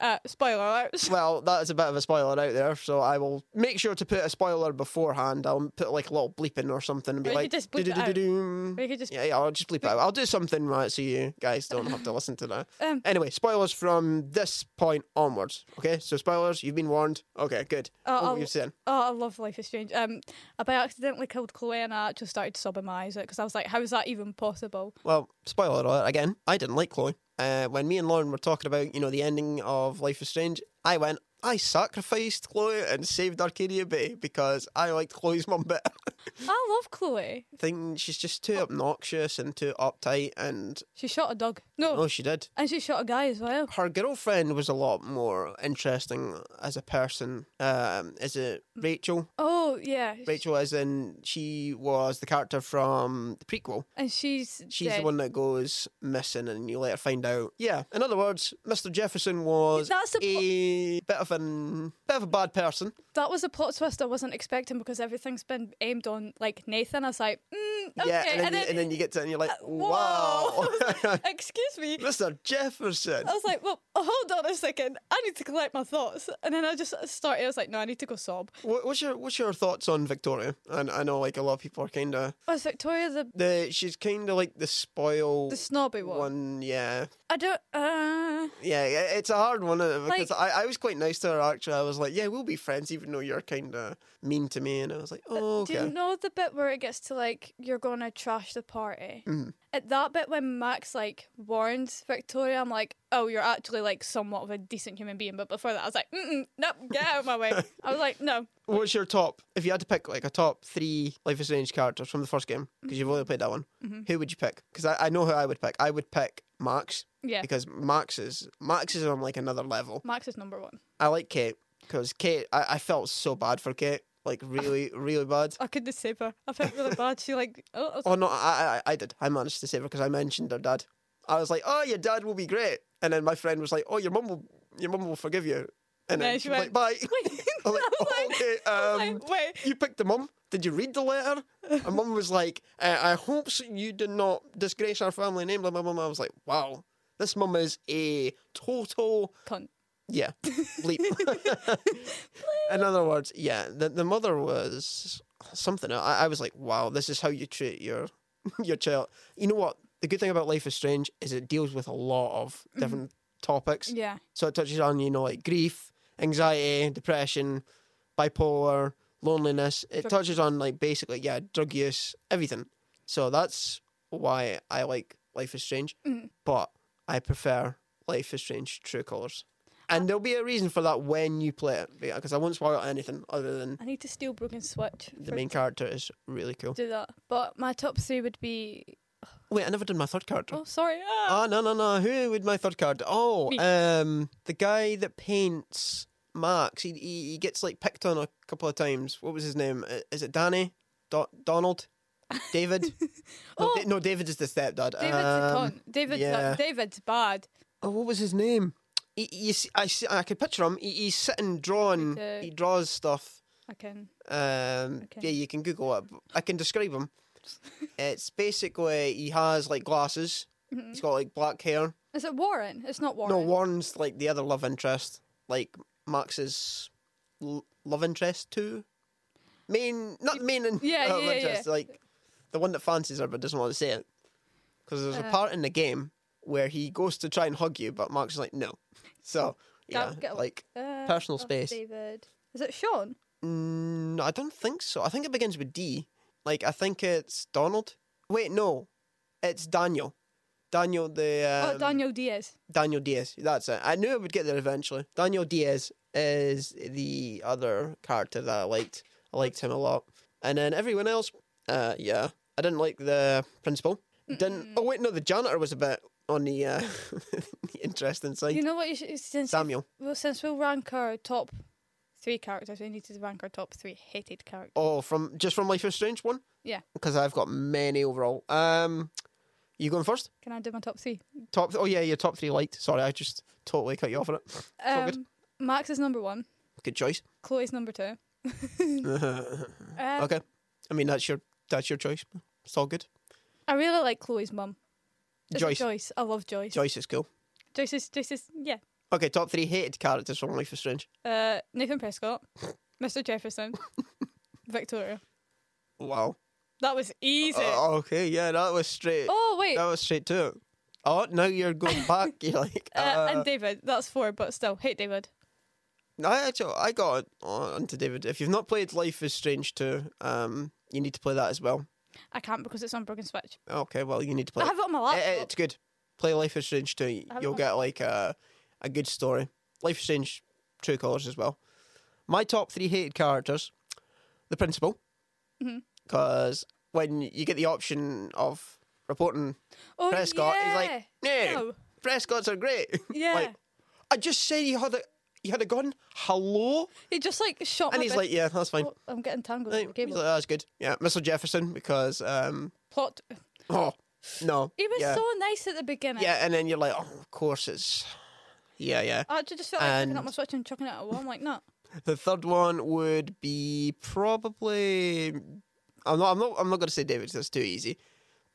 Speaker 3: Uh, spoiler alert.
Speaker 1: Well, that is a bit of a spoiler out there, so I will make sure to put a spoiler beforehand. I'll put like a little bleep in or something and be
Speaker 3: Or you
Speaker 1: like,
Speaker 3: could just bleep it out.
Speaker 1: "Do-do-do-do-doom."
Speaker 3: We could just
Speaker 1: yeah, yeah, I'll just bleep it out. I'll do something right so you guys don't have to listen to that.
Speaker 3: Um,
Speaker 1: anyway, spoilers from this point onwards. Okay, so spoilers, you've been warned. Okay, good.
Speaker 3: Uh,
Speaker 1: what
Speaker 3: I'll-
Speaker 1: were you saying?
Speaker 3: Oh, I love Life is Strange. Um, I by accidentally killed Chloe and I actually started sobbing my eyes out because I was like, how is that even possible?
Speaker 1: Well, spoiler alert again. I didn't like Chloe. Uh, when me and Lauren were talking about you know the ending of Life is Strange, I went. I sacrificed Chloe and saved Arcadia Bay because I liked Chloe's mum better.
Speaker 3: I love Chloe.
Speaker 1: thing. She's just too obnoxious and too uptight. And
Speaker 3: She shot a dog. No,
Speaker 1: oh, she did.
Speaker 3: and she shot a guy as well.
Speaker 1: Her girlfriend was a lot more interesting as a person. Um, is it
Speaker 3: Mm.
Speaker 1: Rachel?
Speaker 3: Oh yeah,
Speaker 1: Rachel, as in she was the character from the prequel.
Speaker 3: and she's
Speaker 1: She's
Speaker 3: dead.
Speaker 1: the one that goes missing, and you later find out. Yeah. In other words, Mr. Jefferson was
Speaker 3: That's the pl-
Speaker 1: a bit of an bit of a bad person.
Speaker 3: That was a plot twist I wasn't expecting because everything's been aimed on like Nathan. I was like, mm, okay, Uh,
Speaker 1: Yeah. And then, you, and then you get to it, and you're like,
Speaker 3: whoa. Oh.
Speaker 1: wow,
Speaker 3: excuse me.
Speaker 1: Mr. Jefferson.
Speaker 3: I was like, well, hold on a second. I need to collect my thoughts. And then I just started. I was like, no, I need to go sob.
Speaker 1: What, what's your what's your thoughts on Victoria? And I know like a lot of people are kind of
Speaker 3: Was Victoria the
Speaker 1: the she's kind of like the spoil
Speaker 3: the snobby
Speaker 1: one.
Speaker 3: one?
Speaker 1: Yeah,
Speaker 3: I don't. Uh,
Speaker 1: yeah. i- It's a hard one uh, because
Speaker 3: Like-
Speaker 1: I, I was quite nice to her actually. I was like, yeah, we'll be friends even though you're kind of mean to me. And I was like, oh
Speaker 3: Uh, Do you
Speaker 1: okay.
Speaker 3: know the bit where it gets to like you're gonna trash the party?
Speaker 1: Mm-hmm.
Speaker 3: At that bit when Max like warns Victoria, I'm like, oh, you're actually like somewhat of a decent human being. But before that, I was like, Mm-mm, nope, get out of my way. I was like, no,
Speaker 1: What's your top? If you had to pick like a top three Life is Strange characters from the first game because
Speaker 3: Mm-hmm.
Speaker 1: you've only played that one, who would you pick? Because I, I know who I would pick. I would pick Max
Speaker 3: yeah,
Speaker 1: because Max is Max is on like another level.
Speaker 3: Max is number one.
Speaker 1: I like Kate because Kate, I, I felt so bad for Kate, like really, really bad.
Speaker 3: I couldn't save her. I felt really bad. She like, oh, I was-
Speaker 1: Oh no, I, I, I did. I managed to save her because I mentioned her dad. I was like, "Oh, your dad will be great," and then my friend was like, "Oh, your mum will, your mum will forgive you," and then
Speaker 3: No,
Speaker 1: she
Speaker 3: she
Speaker 1: was
Speaker 3: went-
Speaker 1: like, "Bye."
Speaker 3: Wait.
Speaker 1: I'm like,
Speaker 3: I was
Speaker 1: "Oh,
Speaker 3: like-
Speaker 1: okay,
Speaker 3: I was
Speaker 1: um,
Speaker 3: like, wait.
Speaker 1: you picked the mum. Did you read the letter? And mum was like, uh, I hope so you did not disgrace our family name. Blah, blah, blah, blah. I was like, wow, this mum is a total
Speaker 3: Cunt.
Speaker 1: yeah, bleep. In other words, yeah, the the mother was something. I, I was like, wow, this is how you treat your your child. You know what? The good thing about Life is Strange is it deals with a lot of different topics.
Speaker 3: Yeah,
Speaker 1: So it touches on you know like grief, anxiety, depression, bipolar, loneliness. It touches on like basically yeah, drug use, everything. So that's why I like Life is Strange, but I prefer Life is Strange True Colors. And there'll be a reason for that when you play it, because I won't spoil anything other than
Speaker 3: I need to steal Broken Switch.
Speaker 1: the
Speaker 3: for-
Speaker 1: main character is really cool.
Speaker 3: Do that. But my top three would be.
Speaker 1: Wait, I never did my third character.
Speaker 3: Oh, sorry. Ah.
Speaker 1: Oh no no no! Who would my third card? Oh,
Speaker 3: Me.
Speaker 1: um, the guy that paints Max. He, he he gets like picked on a couple of times. What was his name? Uh, Is it Danny? Do- Donald? David? no,
Speaker 3: Oh.
Speaker 1: Da- no, David is the stepdad.
Speaker 3: David's a
Speaker 1: Um,
Speaker 3: cunt. David's,
Speaker 1: yeah.
Speaker 3: David's bad.
Speaker 1: Oh, what was his name? He, he, s- I see- I could picture him. He, he's sitting drawing.
Speaker 3: Like, uh,
Speaker 1: He draws stuff.
Speaker 3: I can.
Speaker 1: Um,
Speaker 3: Okay.
Speaker 1: Yeah, you can Google it. but I can describe him. it's basically he has like
Speaker 3: Mm-hmm.
Speaker 1: glasses. He's got like black hair.
Speaker 3: Is it Warren? It's not Warren.
Speaker 1: No, Warren's like the other love interest. like Max's l- love interest too. Main, not main, and uh,
Speaker 3: Yeah,
Speaker 1: love
Speaker 3: yeah, yeah.
Speaker 1: interest, like the one that fancies her but doesn't want to say it. Because there's a
Speaker 3: Uh.
Speaker 1: part in the game where he goes to try and hug you, but Max is like, no. So
Speaker 3: Don't
Speaker 1: yeah,
Speaker 3: get a-
Speaker 1: like
Speaker 3: Uh,
Speaker 1: Personal
Speaker 3: oh,
Speaker 1: space.
Speaker 3: David. Is it Sean?
Speaker 1: Mm, no, I don't think so. I think it begins with D. Like I think it's Donald. Wait, no, it's Daniel. Daniel the um,
Speaker 3: oh, Daniel Diaz.
Speaker 1: Daniel Diaz. That's it. I knew I would get there eventually. Daniel Diaz is the other character that I liked. I liked him a lot. And then everyone else, uh, yeah, I didn't like the principal. Didn't. Oh wait, no, the janitor was a bit on the, uh, the interesting side.
Speaker 3: You know what? You should, since
Speaker 1: Samuel.
Speaker 3: well, since we'll rank our top three characters, we need to rank our top three hated characters.
Speaker 1: Oh, from just from Life is Strange one.
Speaker 3: Yeah.
Speaker 1: Because I've got many overall. Um, you going first?
Speaker 3: Can I do my top three?
Speaker 1: Top. Oh yeah, your top three liked. Sorry, I just totally cut you off on it. all good.
Speaker 3: Um, Max is number one.
Speaker 1: Good choice.
Speaker 3: Chloe's number two.
Speaker 1: okay.
Speaker 3: Um,
Speaker 1: I mean that's your that's your choice. It's all good.
Speaker 3: I really like Chloe's mum. Is it
Speaker 1: Joyce.
Speaker 3: Joyce. I love Joyce.
Speaker 1: Joyce is cool.
Speaker 3: Joyce is Joyce is yeah.
Speaker 1: Okay, top three hated characters from Life is Strange.
Speaker 3: Uh, Nathan Prescott, Mr. Jefferson, Victoria.
Speaker 1: Wow.
Speaker 3: That was easy.
Speaker 1: Uh, okay, yeah, that was straight.
Speaker 3: oh wait,
Speaker 1: That was straight to it. Oh, now you're going back. You're like, uh,
Speaker 3: uh, and David. That's four, but still hate David.
Speaker 1: No, I actually, I got on onto David. If you've not played Life is Strange 2, um, you need to play that as well.
Speaker 3: I can't because it's on broken switch.
Speaker 1: Okay, well, you need to play.
Speaker 3: I
Speaker 1: it.
Speaker 3: have it on
Speaker 1: Eh,
Speaker 3: my
Speaker 1: eh,
Speaker 3: laptop.
Speaker 1: it's good. Play Life is Strange 2.
Speaker 3: Uh, I have it
Speaker 1: You'll
Speaker 3: on-
Speaker 1: get like a a good story. Life is Strange True Colors as well. My top three hated characters: the principal,
Speaker 3: Mhm.
Speaker 1: because when you get the option of reporting
Speaker 3: oh,
Speaker 1: Prescott,
Speaker 3: yeah.
Speaker 1: he's like, "No,
Speaker 3: No.
Speaker 1: Prescott's are great."
Speaker 3: Yeah.
Speaker 1: like, I just said he had a he had a gun. Hello,
Speaker 3: He just like shot
Speaker 1: and
Speaker 3: my
Speaker 1: he's
Speaker 3: best-
Speaker 1: like, "Yeah, that's fine."
Speaker 3: Oh, I'm getting tangled. in
Speaker 1: Like,
Speaker 3: the
Speaker 1: he's
Speaker 3: cable.
Speaker 1: like, that's good. Yeah, Mr. Jefferson, because um,
Speaker 3: Plot.
Speaker 1: oh no,
Speaker 3: He was
Speaker 1: yeah.
Speaker 3: so nice at the beginning.
Speaker 1: yeah, and then you're like, "Oh, of course it's." Yeah, yeah.
Speaker 3: I actually just felt like picking up
Speaker 1: And-
Speaker 3: my switch and chucking it at a wall. I'm like, no.
Speaker 1: The third one would be probably. I'm not. I'm not. I'm not going to say David. 'cause That's too easy.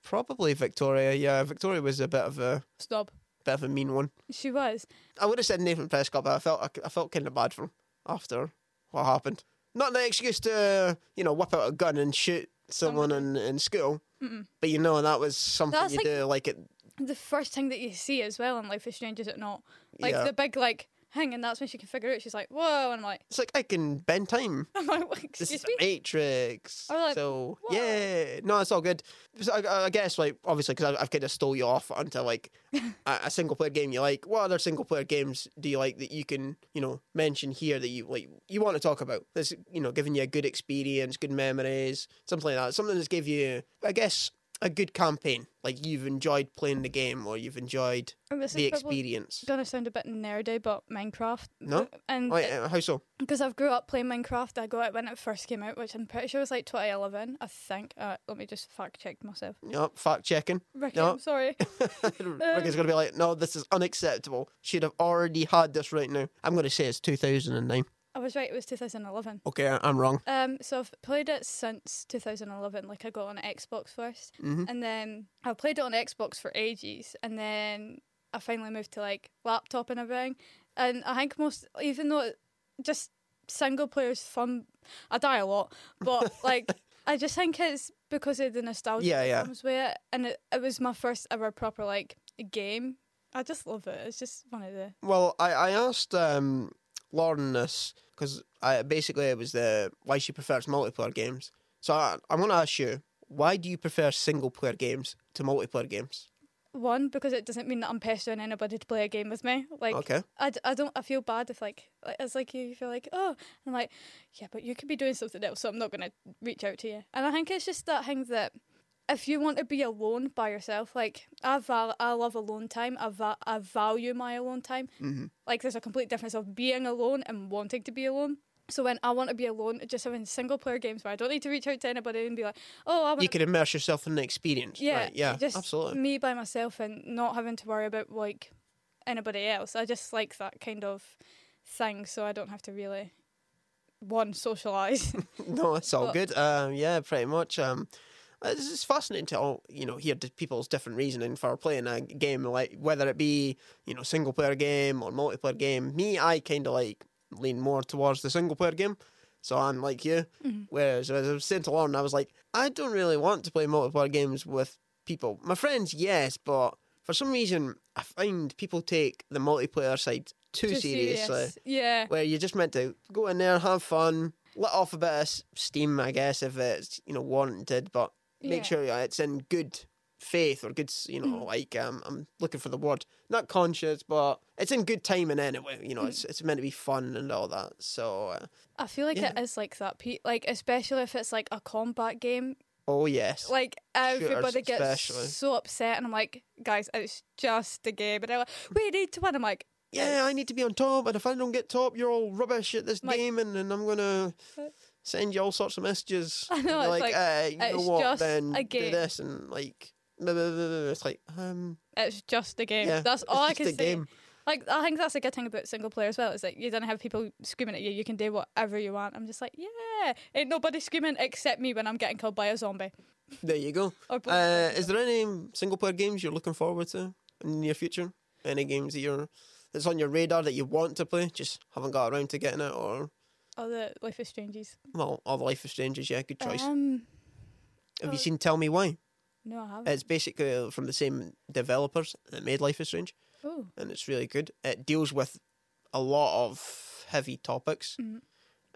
Speaker 1: Probably Victoria. Yeah, Victoria was a bit of a
Speaker 3: Stop.
Speaker 1: bit of a mean one.
Speaker 3: She was.
Speaker 1: I would have said Nathan Prescott, but I felt I, I felt kind of bad for him after what happened. Not an excuse to you know whip out a gun and shoot someone in, in school,
Speaker 3: Mm-mm.
Speaker 1: but you know that was something
Speaker 3: That's
Speaker 1: you
Speaker 3: like-
Speaker 1: do like it.
Speaker 3: The first thing that you see as well in Life is Strange, is it not? Like
Speaker 1: yeah,
Speaker 3: the big like hang, and that's when she can figure it out. She's like, whoa, and I'm like,
Speaker 1: it's like I can bend time.
Speaker 3: I'm like,
Speaker 1: This
Speaker 3: excuse
Speaker 1: is
Speaker 3: me.
Speaker 1: the Matrix.
Speaker 3: I was like,
Speaker 1: so
Speaker 3: "Whoa."
Speaker 1: yeah, no, it's all good. So I, I guess like obviously because I've kind of stole you off onto like a, a single player game you like. What other single player games do you like that you can you know mention here that you like you want to talk about? That's you know giving you a good experience, good memories, something like that. Something that's give you, I guess, a good campaign. Like you've enjoyed playing the game or you've enjoyed
Speaker 3: And this
Speaker 1: the
Speaker 3: is probably
Speaker 1: experience.
Speaker 3: gonna sound a bit nerdy, but Minecraft.
Speaker 1: No?
Speaker 3: And
Speaker 1: Wait, uh, how so?
Speaker 3: because I've grew up playing Minecraft, I got it when it first came out, which I'm pretty sure was like 2011, I think. Uh, let me just fact check myself.
Speaker 1: No, fact checking.
Speaker 3: Ricky,
Speaker 1: No.
Speaker 3: I'm sorry. Uh,
Speaker 1: Ricky's gonna be like, no, this is unacceptable. Should have already had this right now. I'm gonna say it's 2009.
Speaker 3: I was right. It was 2011.
Speaker 1: Okay, I- I'm wrong.
Speaker 3: Um, so I've played it since 2011. Like I got on Xbox 1st
Speaker 1: Mhm.
Speaker 3: and then I played it on Xbox for ages, and then I finally moved to like laptop and everything. And I think most, even though it- just single players fun, I die a lot, but like I just think it's because of the nostalgia
Speaker 1: Yeah,
Speaker 3: that
Speaker 1: yeah.
Speaker 3: comes with it, and it, it was my first ever proper like game. I just love it. It's just one of the
Speaker 1: Well, I, I asked um, Lauren this because I basically it was the why she prefers multiplayer games. So I, I'm gonna ask you, why do you prefer single player games to multiplayer games?
Speaker 3: one because it doesn't mean that I'm pestering anybody to play a game with me. Like
Speaker 1: Okay,
Speaker 3: I, d- I don't I feel bad if like like- it's like you feel like oh I'm like yeah but you could be doing something else so I'm not gonna reach out to you and I think it's just that thing that if you want to be alone by yourself like I val- I love alone time I, va- I value my alone time
Speaker 1: Mhm.
Speaker 3: like there's a complete difference of being alone and wanting to be alone so when I want to be alone just having single player games where I don't need to reach out to anybody and be like oh I want
Speaker 1: you can immerse yourself in the experience.
Speaker 3: yeah,
Speaker 1: right, yeah,
Speaker 3: just
Speaker 1: absolutely.
Speaker 3: Me by myself and not having to worry about like anybody else. I just like that kind of thing, so I don't have to really one socialize.
Speaker 1: No, it's all
Speaker 3: But-
Speaker 1: good. Um, yeah, pretty much. Um, It's just fascinating to all you know hear di- people's different reasoning for playing a game, like whether it be you know single player game or multiplayer game. Me, I kind of like lean more towards the single player game. So I'm like you.
Speaker 3: Mm-hmm.
Speaker 1: Whereas as I was saying to Lauren, I was like, I don't really want to play multiplayer games with people. My friends, yes, but for some reason, I find people take the multiplayer side too,
Speaker 3: Too
Speaker 1: seriously
Speaker 3: serious. Yeah.
Speaker 1: where you're just meant to go in there, have fun, let off a bit of s- steam, I guess, if it's you know warranted, but
Speaker 3: Yeah. Mm.
Speaker 1: make sure yeah, it's in good faith or good, s- you know, like um, I'm looking for the word, not conscious, but it's in good timing anyway. You know,
Speaker 3: Mm.
Speaker 1: it's it's meant to be fun and all that. So, uh,
Speaker 3: I feel like
Speaker 1: Yeah.
Speaker 3: it is like that, Pete. Like especially if it's like a combat game,
Speaker 1: oh yes,
Speaker 3: like everybody gets
Speaker 1: especially.
Speaker 3: so upset, and I'm like, guys, it's just a game. And they're like, we need to win. I'm like,
Speaker 1: yeah, I need to be on top, and if I don't get top, you're all rubbish at this
Speaker 3: Like-
Speaker 1: game, and, and I'm gonna. Send you all sorts of messages.
Speaker 3: I know,
Speaker 1: And you're
Speaker 3: it's
Speaker 1: like,
Speaker 3: like,
Speaker 1: uh, you know
Speaker 3: it's
Speaker 1: what?
Speaker 3: just
Speaker 1: then
Speaker 3: a
Speaker 1: do
Speaker 3: game.
Speaker 1: this and like, blah, blah, blah, blah. it's like, um,
Speaker 3: it's just a game.
Speaker 1: Yeah,
Speaker 3: that's
Speaker 1: it's
Speaker 3: all I
Speaker 1: just
Speaker 3: can
Speaker 1: a
Speaker 3: say.
Speaker 1: game.
Speaker 3: Like I think that's a good thing about single player as well. Is that you don't have people screaming at you. You can do whatever you want. I'm just like, yeah, ain't nobody screaming except me when I'm getting killed by a zombie.
Speaker 1: There you go.
Speaker 3: Or both.
Speaker 1: Uh, is there any single player games you're looking forward to in the near future? Any games that you're that's on your radar that you want to play, just haven't got around to getting it, or
Speaker 3: Oh, the Life is Strangers.
Speaker 1: well, all the Life of Strangers, yeah, good choice.
Speaker 3: Um,
Speaker 1: Have
Speaker 3: well-
Speaker 1: you seen Tell Me Why?
Speaker 3: no, I haven't.
Speaker 1: It's basically from the same developers that made Life is Strange,
Speaker 3: oh,
Speaker 1: and it's really good. It deals with a lot of heavy topics.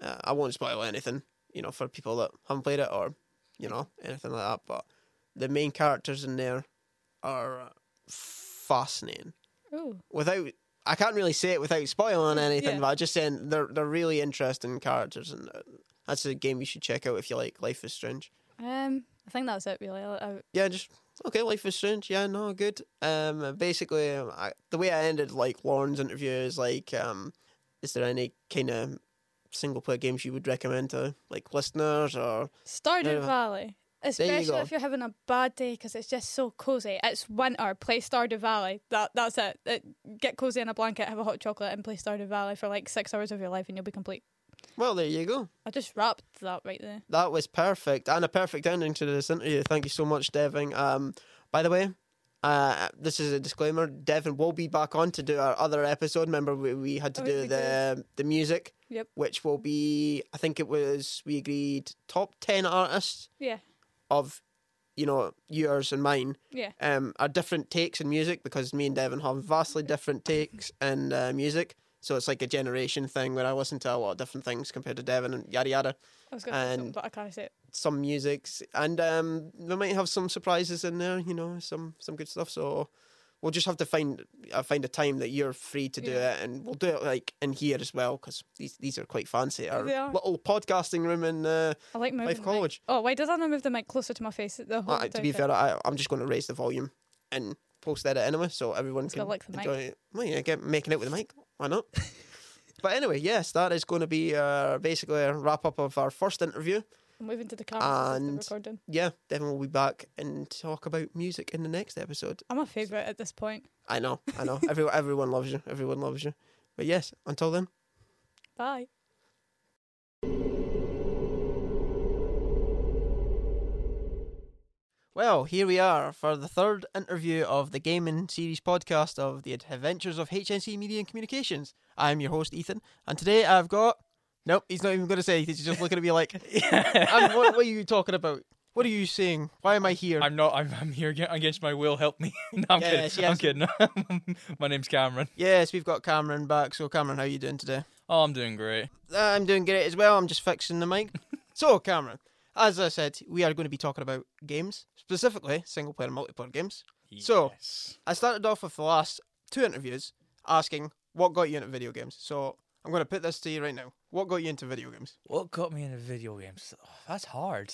Speaker 1: Uh, I won't spoil anything, you know, for people that haven't played it or, you know, anything like that. But the main characters in there are uh, fascinating.
Speaker 3: oh,
Speaker 1: without I can't really say it without spoiling anything,
Speaker 3: Yeah.
Speaker 1: but I'm just saying they're they're really interesting characters, and uh, that's a game you should check out if you like Life is Strange.
Speaker 3: um, I think that's it really. Uh, I, I,
Speaker 1: Yeah, just okay. Life is Strange. Yeah, no, good. Um, basically, um, I, the way I ended like Lauren's interview is like, um, is there any kind of single player games you would recommend to like listeners or
Speaker 3: Stardew
Speaker 1: No, no.
Speaker 3: Valley. Especially
Speaker 1: Uh, go.
Speaker 3: if you're having a bad day because it's just so cozy. It's winter. Play Stardew Valley. That that's it. it. Get cozy in a blanket, have a hot chocolate, and play Stardew Valley for like six hours of your life, and you'll be complete.
Speaker 1: well, there you go.
Speaker 3: I just wrapped that right there.
Speaker 1: That was perfect and a perfect ending to this interview. Thank you so much, Devin. Um, by the way, uh, this is a disclaimer. Devin will be back on to do our other episode. Remember, we, we had to
Speaker 3: Oh,
Speaker 1: do
Speaker 3: we
Speaker 1: the the music,
Speaker 3: Yep.
Speaker 1: which will be I think it was we agreed top ten artists
Speaker 3: Yeah.
Speaker 1: of you know yours and mine.
Speaker 3: Yeah.
Speaker 1: Um, are different takes in music because me and Devin have vastly different takes in uh, music. So it's like a generation thing where I listen to a lot of different things compared to Devin and yada yada
Speaker 3: I was going to say something,
Speaker 1: And-
Speaker 3: but I can't say it.
Speaker 1: some musics and um we might have some surprises in there you know some some good stuff so we'll just have to find uh, find a time that you're free to do
Speaker 3: Yeah.
Speaker 1: it and we'll do it like in here as well because these these are quite fancy our
Speaker 3: They are.
Speaker 1: little podcasting room in uh,
Speaker 3: I like moving.
Speaker 1: Life
Speaker 3: the mic.
Speaker 1: College
Speaker 3: Oh, why did I not move the mic closer to my face? The whole
Speaker 1: uh, to be
Speaker 3: time?
Speaker 1: fair I, I'm just going to raise the volume and post that anyway so everyone
Speaker 3: gotta
Speaker 1: can
Speaker 3: like the mic.
Speaker 1: enjoy it well yeah get making out with the mic why not but anyway yes that is going to be uh, basically a wrap up of our first interview
Speaker 3: I'm moving to the camera. And...
Speaker 1: And-
Speaker 3: recording.
Speaker 1: yeah, Devin will be back and talk about music in the next episode.
Speaker 3: I'm a favourite at this point.
Speaker 1: I know, I know. everyone, everyone loves you. Everyone loves you. But yes, until then.
Speaker 3: Bye.
Speaker 1: Well, here we are for the third interview of the Gaming Series podcast of the Adventures of HNC Media and Communications. I'm your host, Ethan, and today I've got. Nope, he's not even going to say. He's just looking at me like, "I'm- what, what are you talking about? What are you saying? Why am I here?
Speaker 4: I'm not. I'm, I'm here ag- against my will. Help me. no, I'm
Speaker 1: Yes,
Speaker 4: kidding. I'm kidding. my name's Cameron.
Speaker 1: yes, we've got Cameron back. So, Cameron, how are you doing today?
Speaker 4: Oh, I'm doing great.
Speaker 1: I'm doing great as well. I'm just fixing the mic. so, Cameron, as I said, we are going to be talking about games, specifically single player and multiplayer games. So-
Speaker 4: Yes.
Speaker 1: I started off with the last two interviews asking what got you into video games. So, I'm going to put this to you right now. What got you into video games?
Speaker 4: what got me into video games? Oh, that's hard.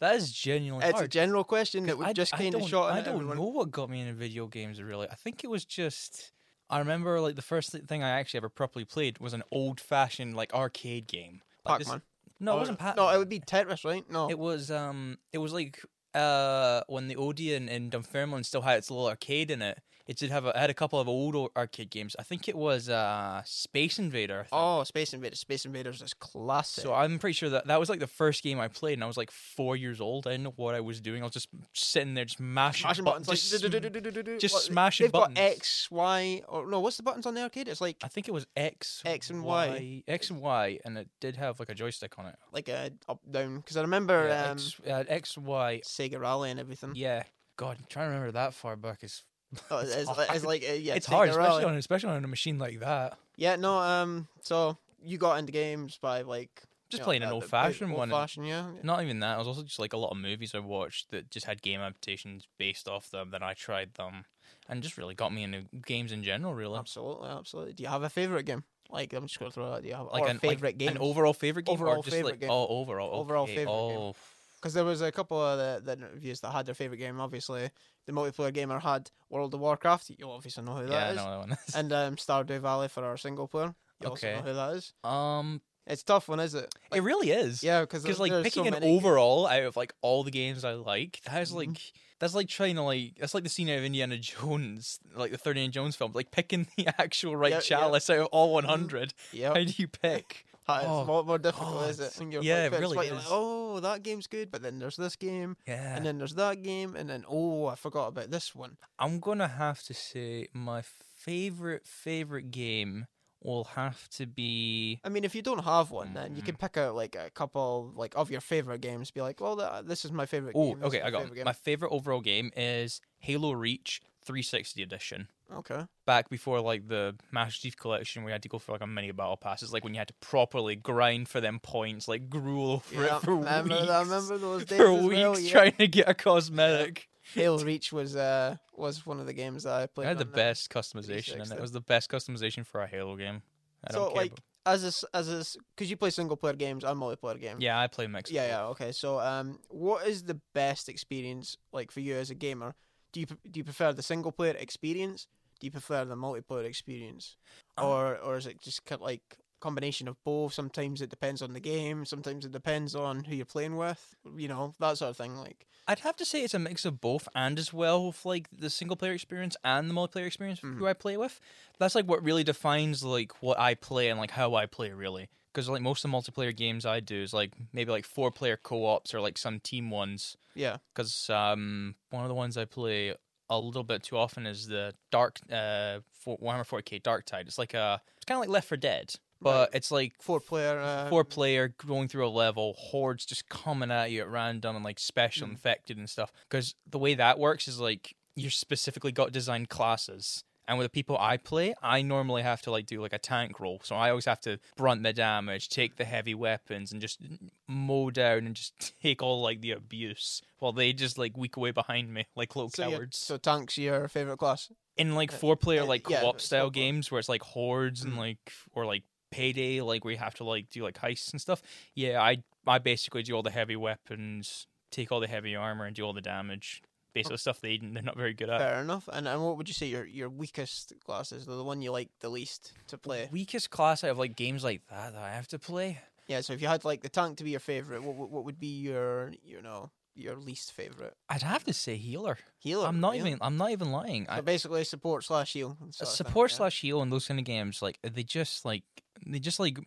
Speaker 4: That is genuinely
Speaker 1: It's a
Speaker 4: hard.
Speaker 1: general question that we've
Speaker 4: I,
Speaker 1: just
Speaker 4: I
Speaker 1: kind of
Speaker 4: don't-
Speaker 1: shot
Speaker 4: I
Speaker 1: at
Speaker 4: don't
Speaker 1: everyone. Oh,
Speaker 4: know what got me into video games really. I think it was just. I remember like the first thi- thing I actually ever properly played was an old fashioned like arcade game. Like, this-
Speaker 1: Pac-Man.
Speaker 4: No,
Speaker 1: Or-
Speaker 4: it wasn't Pac.
Speaker 1: No, it would be Tetris, right? No.
Speaker 4: It was um, it was like uh, when the Odeon in Dunfermline still had its little arcade in it, It did have a, it had a couple of old o- arcade games. I think it was uh, Space Invader. I think.
Speaker 1: Oh, Space Invaders. Space Invaders is classic.
Speaker 4: So I'm pretty sure that that was like the first game I played, and I was like four years old. I didn't know what I was doing. I was just sitting there, just mashing,
Speaker 1: smashing
Speaker 4: buttons,
Speaker 1: buttons, like
Speaker 4: just
Speaker 1: do- do-
Speaker 4: sm-
Speaker 1: do- do- do- do- do.
Speaker 4: just
Speaker 1: Well,
Speaker 4: smashing
Speaker 1: they've
Speaker 4: buttons.
Speaker 1: got X, Y, or no? What's the buttons on the arcade? It's like
Speaker 4: I think it was X,
Speaker 1: X and Y.
Speaker 4: X and Y, and it did have like a joystick on it.
Speaker 1: like a up down because I remember
Speaker 4: yeah,
Speaker 1: um, Mm-hmm.
Speaker 4: X, uh, X, Y.
Speaker 1: Sega Rally and everything.
Speaker 4: Yeah, God, I'm trying to remember that far back is.
Speaker 1: Oh, it's, it's,
Speaker 4: hard.
Speaker 1: like uh, yeah,
Speaker 4: it's
Speaker 1: Sega
Speaker 4: hard,
Speaker 1: Rally.
Speaker 4: especially on especially on a machine like that.
Speaker 1: Yeah, no. Um, so you got into games by like you
Speaker 4: Just
Speaker 1: know,
Speaker 4: playing
Speaker 1: uh,
Speaker 4: an
Speaker 1: the- the
Speaker 4: old fashioned one. and-
Speaker 1: Old-fashioned, yeah.
Speaker 4: Not even that. It was also just like a lot of movies I watched that just had game adaptations based off them. Then I tried them, and just really got me into games in general. Really,
Speaker 1: Absolutely, absolutely. Do you have a favorite game? Like I'm just going to throw out. Do you have
Speaker 4: like
Speaker 1: or
Speaker 4: an
Speaker 1: a favorite
Speaker 4: like
Speaker 1: game?
Speaker 4: an overall favorite game, or
Speaker 1: Overall
Speaker 4: just
Speaker 1: favourite
Speaker 4: like
Speaker 1: game.
Speaker 4: oh overall okay.
Speaker 1: Overall favourite game.
Speaker 4: oh.
Speaker 1: Because there was a couple of the, the interviews that had their favorite game. Obviously, the multiplayer gamer had World of Warcraft. You obviously know who that is.
Speaker 4: yeah, I know that one. is.
Speaker 1: And um, Stardew Valley for our single player. You
Speaker 4: Okay.
Speaker 1: also know who that is.
Speaker 4: um,
Speaker 1: It's a tough one, is it?
Speaker 4: it really is.
Speaker 1: Yeah, because
Speaker 4: because like picking an overall out of like all the games I like, that is
Speaker 1: Mm-hmm.
Speaker 4: like that's like trying to like that's like the scene out of Indiana Jones, like the third Indiana Jones film, like picking the actual right
Speaker 1: Yeah, Mm-hmm. yeah.
Speaker 4: chalice out of all one hundred.
Speaker 1: Yeah,
Speaker 4: How do you pick? Oh,
Speaker 1: it's more, more difficult, is
Speaker 4: God.
Speaker 1: it? When you're like,
Speaker 4: Yeah, it
Speaker 1: it's
Speaker 4: really
Speaker 1: like, you're like,
Speaker 4: is.
Speaker 1: oh, that game's good, but then there's this game,
Speaker 4: Yeah,
Speaker 1: and then there's that game, and then oh, I forgot about this one.
Speaker 4: I'm gonna have to say my favorite favorite game will have to be
Speaker 1: I mean, if you don't have one, then you can
Speaker 4: Mm-hmm.
Speaker 1: pick out like a couple like of your favorite games. Be like, well, th- this is my favorite.
Speaker 4: oh
Speaker 1: game. this
Speaker 4: okay
Speaker 1: is
Speaker 4: I got
Speaker 1: favorite game.
Speaker 4: my favorite overall game is Halo Reach 360 edition.
Speaker 1: Okay.
Speaker 4: Back before like the Master Chief Collection, we had to go for like a mini battle pass. It's like when you had to properly grind for them points, like gruel over
Speaker 1: Yeah,
Speaker 4: it for
Speaker 1: I remember,
Speaker 4: weeks,
Speaker 1: I remember those days.
Speaker 4: for
Speaker 1: as
Speaker 4: weeks
Speaker 1: well, yeah.
Speaker 4: trying to get a cosmetic.
Speaker 1: Halo Reach was uh was one of the games that I played.
Speaker 4: I had the
Speaker 1: on
Speaker 4: best customization, and
Speaker 1: 360.
Speaker 4: it was the best customization for a Halo game. I
Speaker 1: so
Speaker 4: don't care.
Speaker 1: like
Speaker 4: about-
Speaker 1: as a, s- as a, because you play single player games and multiplayer games.
Speaker 4: yeah, I play mixed.
Speaker 1: Yeah,
Speaker 4: mode.
Speaker 1: yeah, okay. So, um, what is the best experience like for you as a gamer? Do you pre- do you prefer the single player experience? Do you prefer the multiplayer experience,
Speaker 4: Um,
Speaker 1: or or is it just kind of like combination of both? Sometimes it depends on the game. Sometimes it depends on who you're playing with. You know that sort of thing. Like,
Speaker 4: I'd have to say it's a mix of both, and as well with like the single player experience and the multiplayer experience who I play with. That's like what really defines like what I play and like how I play really. Because like most of the multiplayer games I do is like maybe like four player co ops or like some team ones.
Speaker 1: yeah,
Speaker 4: Because um, one of the ones I play a little bit too often is the Dark uh, for- Warhammer 40k Dark Tide. It's like a it's kind of like Left for Dead, but it's like
Speaker 1: four player. Uh,
Speaker 4: four player going through a level, hordes just coming at you at random and like special infected and stuff. Because the way that works is like you're specifically got designed classes. And with the people I play, I normally have to like do like a tank roll. So I always have to brunt the damage, take the heavy weapons, and just mow down and just take all like the abuse while they just like weak away behind me like little
Speaker 1: so, you're-
Speaker 4: cowards
Speaker 1: so tanks your favorite class.
Speaker 4: in like four player
Speaker 1: uh,
Speaker 4: like
Speaker 1: yeah,
Speaker 4: co-op
Speaker 1: it's
Speaker 4: style
Speaker 1: four player. Mm.
Speaker 4: games where it's like hordes and like or like payday like where you have to like do like heists and stuff yeah i i basically do all the heavy weapons take all the heavy armor and do all the damage basically stuff they they're not very good at
Speaker 1: Oh. Fair enough. And and what would you say your your weakest classes? The one you like the least to play.
Speaker 4: weakest class out of like games like that that i have to play
Speaker 1: Yeah. So if you had like the tank to be your favorite, what what, what would be your you know your least favorite?
Speaker 4: i'd have to say healer
Speaker 1: Healer.
Speaker 4: i'm not
Speaker 1: really?
Speaker 4: even i'm not even lying I,
Speaker 1: So basically, support slash heal.
Speaker 4: Uh,
Speaker 1: sort of thing,
Speaker 4: support
Speaker 1: yeah.
Speaker 4: slash heal in those kind of games, like they just like they just like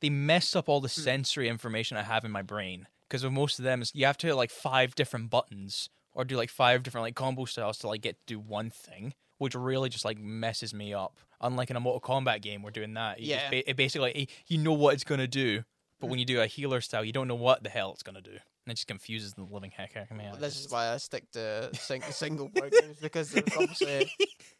Speaker 4: they mess up all the
Speaker 1: Hmm.
Speaker 4: sensory information I have in my brain. Because with most of them, is you have to hit like five different buttons or do like five different like combo styles to like get to do one thing, which really just like messes me up. Unlike in a Mortal Kombat game, we're doing that. You just
Speaker 1: Yeah. Hmm.
Speaker 4: ba- it basically like, you know what it's gonna do, but when you do a healer style, you don't know what the hell it's gonna do, and it just confuses the living heck out of me. I
Speaker 1: This
Speaker 4: just-
Speaker 1: is why I stick to sing- single player games because there's obviously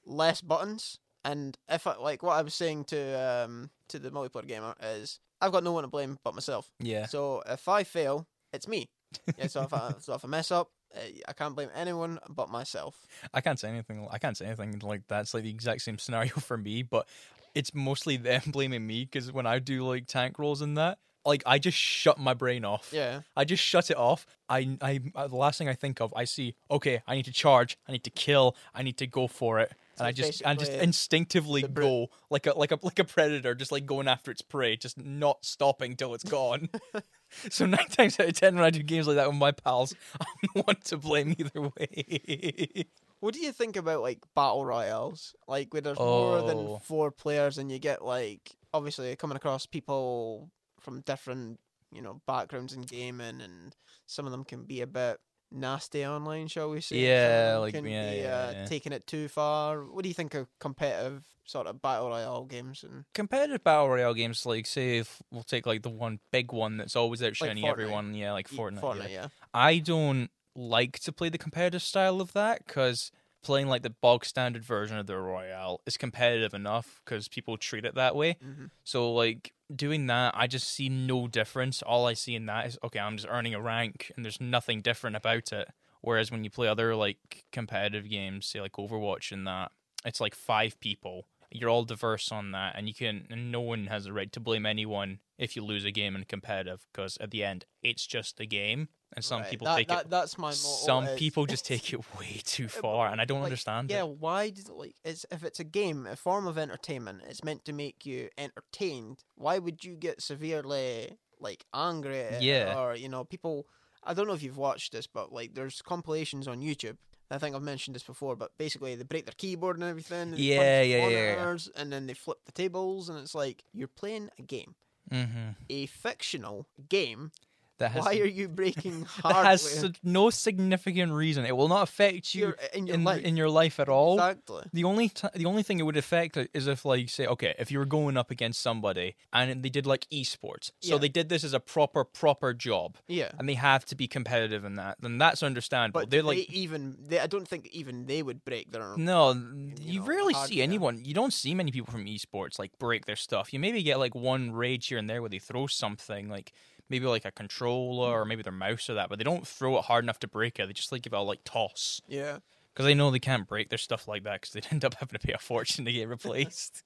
Speaker 1: less buttons. And if I, like what I was saying to um to the multiplayer gamer is, I've got no one to blame but myself.
Speaker 4: yeah.
Speaker 1: So if I fail, it's me. Yeah. So if I so if I mess up, uh, I can't blame anyone but myself.
Speaker 4: I can't say anything. I can't say anything like that's like the exact same scenario for me, but it's mostly them blaming me because when I do like tank rolls and that, like I just shut my brain off.
Speaker 1: Yeah.
Speaker 4: I just shut it off. I, I, I- the last thing I think of, I see. Okay, I need to charge. I need to kill. I need to go for it.
Speaker 1: So
Speaker 4: and I
Speaker 1: it's
Speaker 4: just, I just
Speaker 1: basically
Speaker 4: instinctively
Speaker 1: the brute-
Speaker 4: go like a, like a, like a predator, just like going after its prey, just not stopping till it's gone. so nine times out of ten, when I do games like that with my pals, I'm the one to blame either way.
Speaker 1: What do you think about like battle royales? Like where there's more
Speaker 4: Oh.
Speaker 1: than four players and you get like obviously coming across people from different, you know, backgrounds in gaming and some of them can be a bit nasty online, shall we say. Some of
Speaker 4: Yeah,
Speaker 1: them
Speaker 4: like,
Speaker 1: can
Speaker 4: yeah,
Speaker 1: be,
Speaker 4: yeah,
Speaker 1: uh,
Speaker 4: yeah.
Speaker 1: taking it too far. What do you think of competitive sort of battle royale games and
Speaker 4: competitive battle royale games, like say, if we'll take like the one big one that's always outshining
Speaker 1: Fortnite.
Speaker 4: everyone. Yeah,
Speaker 1: e
Speaker 4: like Fortnite. yeah.
Speaker 1: yeah.
Speaker 4: I don't like to play the competitive style of that because playing like the bog standard version of the royale is competitive enough because people treat it that way.
Speaker 1: Mhm.
Speaker 4: So like doing that, I just see no difference. All I see in that is okay, I'm just earning a rank, and there's nothing different about it. Whereas when you play other like competitive games, say like Overwatch and that, it's like five people. You're all diverse on that, and you can, and no one has a right to blame anyone if you lose a game in competitive, because at the end, it's just a game, and some
Speaker 1: Right,
Speaker 4: people
Speaker 1: that,
Speaker 4: take
Speaker 1: that,
Speaker 4: it.
Speaker 1: that's my motto
Speaker 4: Some
Speaker 1: is-
Speaker 4: people just take it way too far, and I don't
Speaker 1: Like,
Speaker 4: understand
Speaker 1: Yeah,
Speaker 4: it.
Speaker 1: why does it, like it's if it's a game, a form of entertainment, it's meant to make you entertained. Why would you get severely like angry at it
Speaker 4: Yeah.
Speaker 1: or you know, people I don't know if you've watched this, but like there's compilations on YouTube. I think I've mentioned this before, but basically they break their keyboard and everything. And they punch
Speaker 4: Yeah, yeah, yeah, yeah.
Speaker 1: monitors, And then they flip the tables, and it's like you're playing a game,
Speaker 4: hmm
Speaker 1: a fictional game.
Speaker 4: That has
Speaker 1: Why are you breaking
Speaker 4: that
Speaker 1: hardware?
Speaker 4: has sig- no significant reason. It will not affect you
Speaker 1: Your- uh, in your
Speaker 4: in,
Speaker 1: life.
Speaker 4: in your life at all.
Speaker 1: exactly.
Speaker 4: The only t- the only thing it would affect i- is if like say okay if you were going up against somebody and they did like esports so
Speaker 1: Yeah.
Speaker 4: they did this as a proper proper job
Speaker 1: Yeah.
Speaker 4: and they have to be competitive in that then that's understandable they're
Speaker 1: do
Speaker 4: like
Speaker 1: they even they, I don't think even they would break their own.
Speaker 4: no
Speaker 1: you
Speaker 4: you,
Speaker 1: know,
Speaker 4: rarely
Speaker 1: hard-
Speaker 4: see
Speaker 1: yeah.
Speaker 4: anyone you don't see many people from esports like break their stuff you maybe get like one rage here and there where they throw something like maybe like a controller or maybe their mouse or that but they don't throw it hard enough to break it they just like give it a like toss
Speaker 1: Yeah.
Speaker 4: because they know they can't break their stuff like that because they'd end up having to pay a fortune to get replaced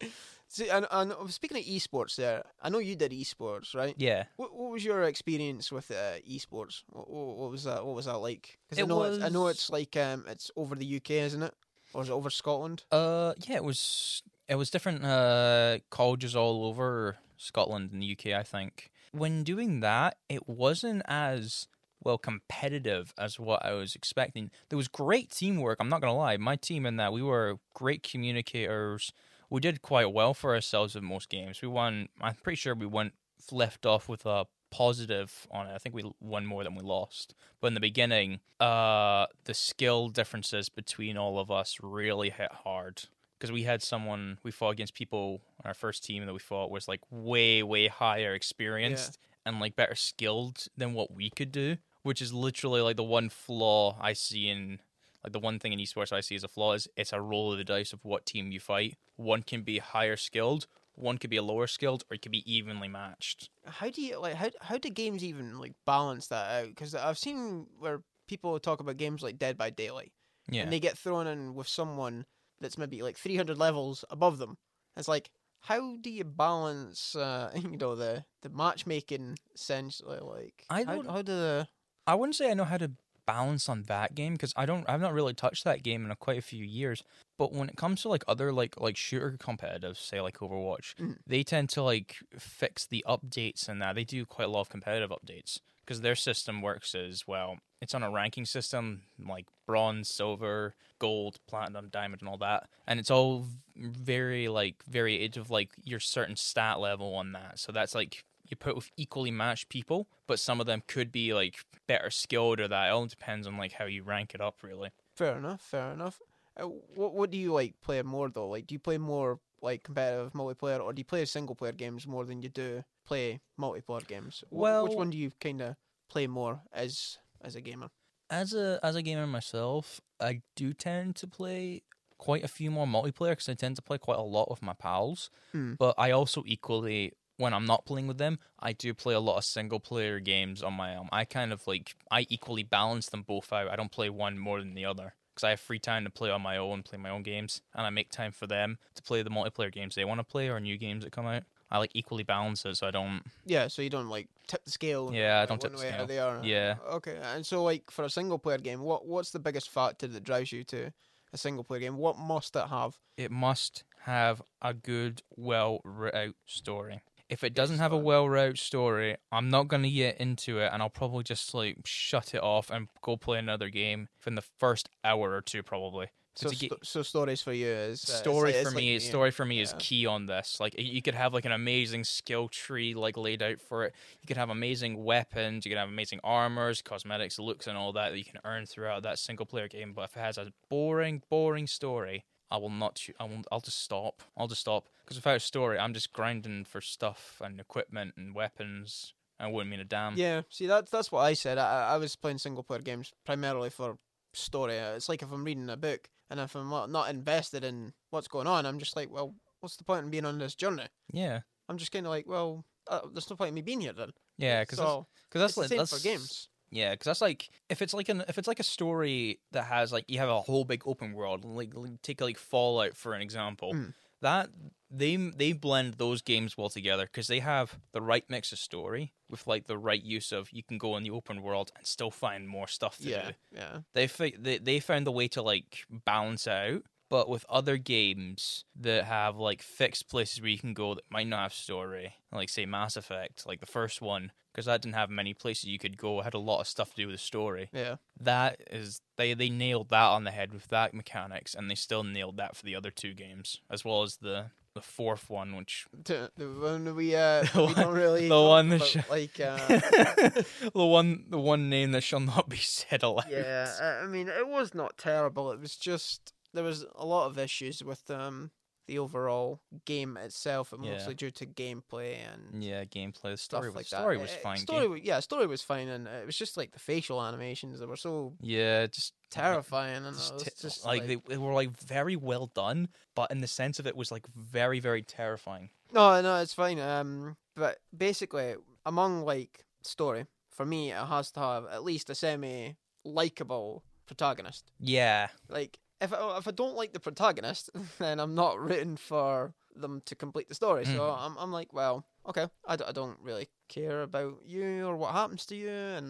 Speaker 1: See, and, and oh, speaking of esports, there, I know you did esports, right?
Speaker 4: yeah
Speaker 1: What, what was your experience with uh, esports? What, what, what was that? What was that like? Because I
Speaker 4: It
Speaker 1: know it's, I know
Speaker 4: was-
Speaker 1: it's like um, it's over the UK, isn't it? Or is it over Scotland?
Speaker 4: Uh, yeah, it was it was different uh colleges all over Scotland and the UK, I think. When doing that, it wasn't as well competitive as what I was expecting. There was great teamwork, I'm not gonna lie. My team in that we were great communicators. We did quite well for ourselves in most games. We won I'm pretty sure we went left off with a positive on it. I think we won more than we lost. But in the beginning, uh, the skill differences between all of us really hit hard because we had someone we fought against people on our first team that we fought was like way way higher experienced and like better skilled than what we could do, which is literally like the one flaw I see in like the one thing in esports I see as a flaw is it's a roll of the dice of what team you fight. One can be higher skilled, one could be lower skilled, or it could be evenly matched.
Speaker 1: How do you like? How how do games even like balance that out? Because I've seen where people talk about games like Dead by Daylight,
Speaker 4: Yeah.
Speaker 1: and they get thrown in with someone that's maybe like 300 levels above them. It's like, how do you balance, uh, you know, the the matchmaking essentially? Like,
Speaker 4: I
Speaker 1: how,
Speaker 4: don't-
Speaker 1: how do the
Speaker 4: I wouldn't say I know how to balance on that game because I don't. I've not really touched that game in a, quite a few years. But when it comes to like other like like shooter competitives, say like Overwatch,
Speaker 1: Mhm.
Speaker 4: they tend to like fix the updates and that they do quite a lot of competitive updates because their system works as well. It's on a ranking system like bronze, silver, gold, platinum, diamond, and all that, and it's all v- very like varied of like your certain stat level on that. So that's like you put with equally matched people, but some of them could be like better skilled or that. It all depends on like how you rank it up, really.
Speaker 1: fair enough, fair enough. Uh, what what do you like play more though? Like, do you play more like competitive multiplayer, or do you play single player games more than you do play multiplayer games? Wh- which
Speaker 4: Well-
Speaker 1: one do you kind of play more as as a gamer?
Speaker 4: as a as a gamer myself, I do tend to play quite a few more multiplayer because I tend to play quite a lot with my pals.
Speaker 1: Hmm.
Speaker 4: But I also equally, when I'm not playing with them, I do play a lot of single player games on my own. I kind of like I equally balance them both out. I don't play one more than the other because I have free time to play on my own, play my own games, and I make time for them to play the multiplayer games they want to play or new games that come out. I like equally balance it, so I don't.
Speaker 1: Yeah, so you don't like tip the scale. and,
Speaker 4: Yeah, I
Speaker 1: like,
Speaker 4: don't tip
Speaker 1: one
Speaker 4: the
Speaker 1: way or
Speaker 4: scale.
Speaker 1: the other.
Speaker 4: Yeah.
Speaker 1: Okay, and so like for a single player game, what what's the biggest factor that drives you to a single player game? What must it have?
Speaker 4: it must have a good, well writ out story. If it doesn't have a well writ out story, I'm not going to get into it and I'll probably just like shut it off and go play another game within the first hour or two, probably.
Speaker 1: So,
Speaker 4: to get-
Speaker 1: sto- so stories for you is uh, it's
Speaker 4: story
Speaker 1: like-
Speaker 4: for
Speaker 1: it's
Speaker 4: me
Speaker 1: like-
Speaker 4: is
Speaker 1: yeah.
Speaker 4: story for me is
Speaker 1: yeah.
Speaker 4: key on this like y- you could have like an amazing skill tree like laid out for it you could have amazing weapons you could have amazing armors cosmetics looks and all that that you can earn throughout that single player game but if it has a boring boring story I will not. choo- I will. I'll just stop. I'll just stop because without a story, I'm just grinding for stuff and equipment and weapons. I wouldn't mean a damn.
Speaker 1: Yeah, see that's that's what I said. I, I I was playing single player games primarily for story. Uh, It's like if I'm reading a book and if I'm not not invested in what's going on, I'm just like, well, what's the point in being on this journey?
Speaker 4: Yeah.
Speaker 1: I'm just kind of like, well, uh, there's no point in me being here then.
Speaker 4: Yeah. Because
Speaker 1: so
Speaker 4: that's,
Speaker 1: it's the
Speaker 4: like
Speaker 1: same
Speaker 4: that's
Speaker 1: for games.
Speaker 4: Yeah, because that's like if it's like an if it's like a story that has like you have a whole big open world, like like, take like Fallout for an example.
Speaker 1: Mm.
Speaker 4: That they they blend those games well together because they have the right mix of story with like the right use of you can go in the open world and still find more stuff to
Speaker 1: Yeah,
Speaker 4: do.
Speaker 1: yeah,
Speaker 4: They, fi- they they found a way to like balance it out. But with other games that have like fixed places where you can go that might not have story, like say Mass Effect, like the first one, because that didn't have many places you could go, it had a lot of stuff to do with the story.
Speaker 1: yeah.
Speaker 4: That is they they nailed that on the head with that mechanics, and they still nailed that for the other two games as well as the the fourth one, which
Speaker 1: To- The one we uh,
Speaker 4: The
Speaker 1: we don't
Speaker 4: one-
Speaker 1: really
Speaker 4: the
Speaker 1: talk
Speaker 4: one that
Speaker 1: about,
Speaker 4: sh-
Speaker 1: like uh,
Speaker 4: the one the one name that shall not be said aloud.
Speaker 1: yeah. I- I mean, it was not terrible. It was just there was a lot of issues with um the overall game itself, and
Speaker 4: Yeah.
Speaker 1: mostly due to gameplay and
Speaker 4: yeah, gameplay. The
Speaker 1: stuff
Speaker 4: story was
Speaker 1: like that.
Speaker 4: story was
Speaker 1: Uh,
Speaker 4: fine.
Speaker 1: Story,
Speaker 4: game-
Speaker 1: wa- yeah, story was fine, and uh, it was just like the facial animations that were so
Speaker 4: yeah, just
Speaker 1: terrifying, and
Speaker 4: Just
Speaker 1: it was
Speaker 4: te-
Speaker 1: just
Speaker 4: like,
Speaker 1: like,
Speaker 4: they, they were like very well done, but in the sense of it was like very very terrifying.
Speaker 1: no, no, it's fine. Um, but basically, among like story for me, it has to have at least a semi likable protagonist.
Speaker 4: Yeah,
Speaker 1: Like if I, if I don't like the protagonist, then I'm not rooting for them to complete the story. So
Speaker 4: Mhm.
Speaker 1: I'm I'm like, well, okay, I, d- I don't really care about you or what happens to you, and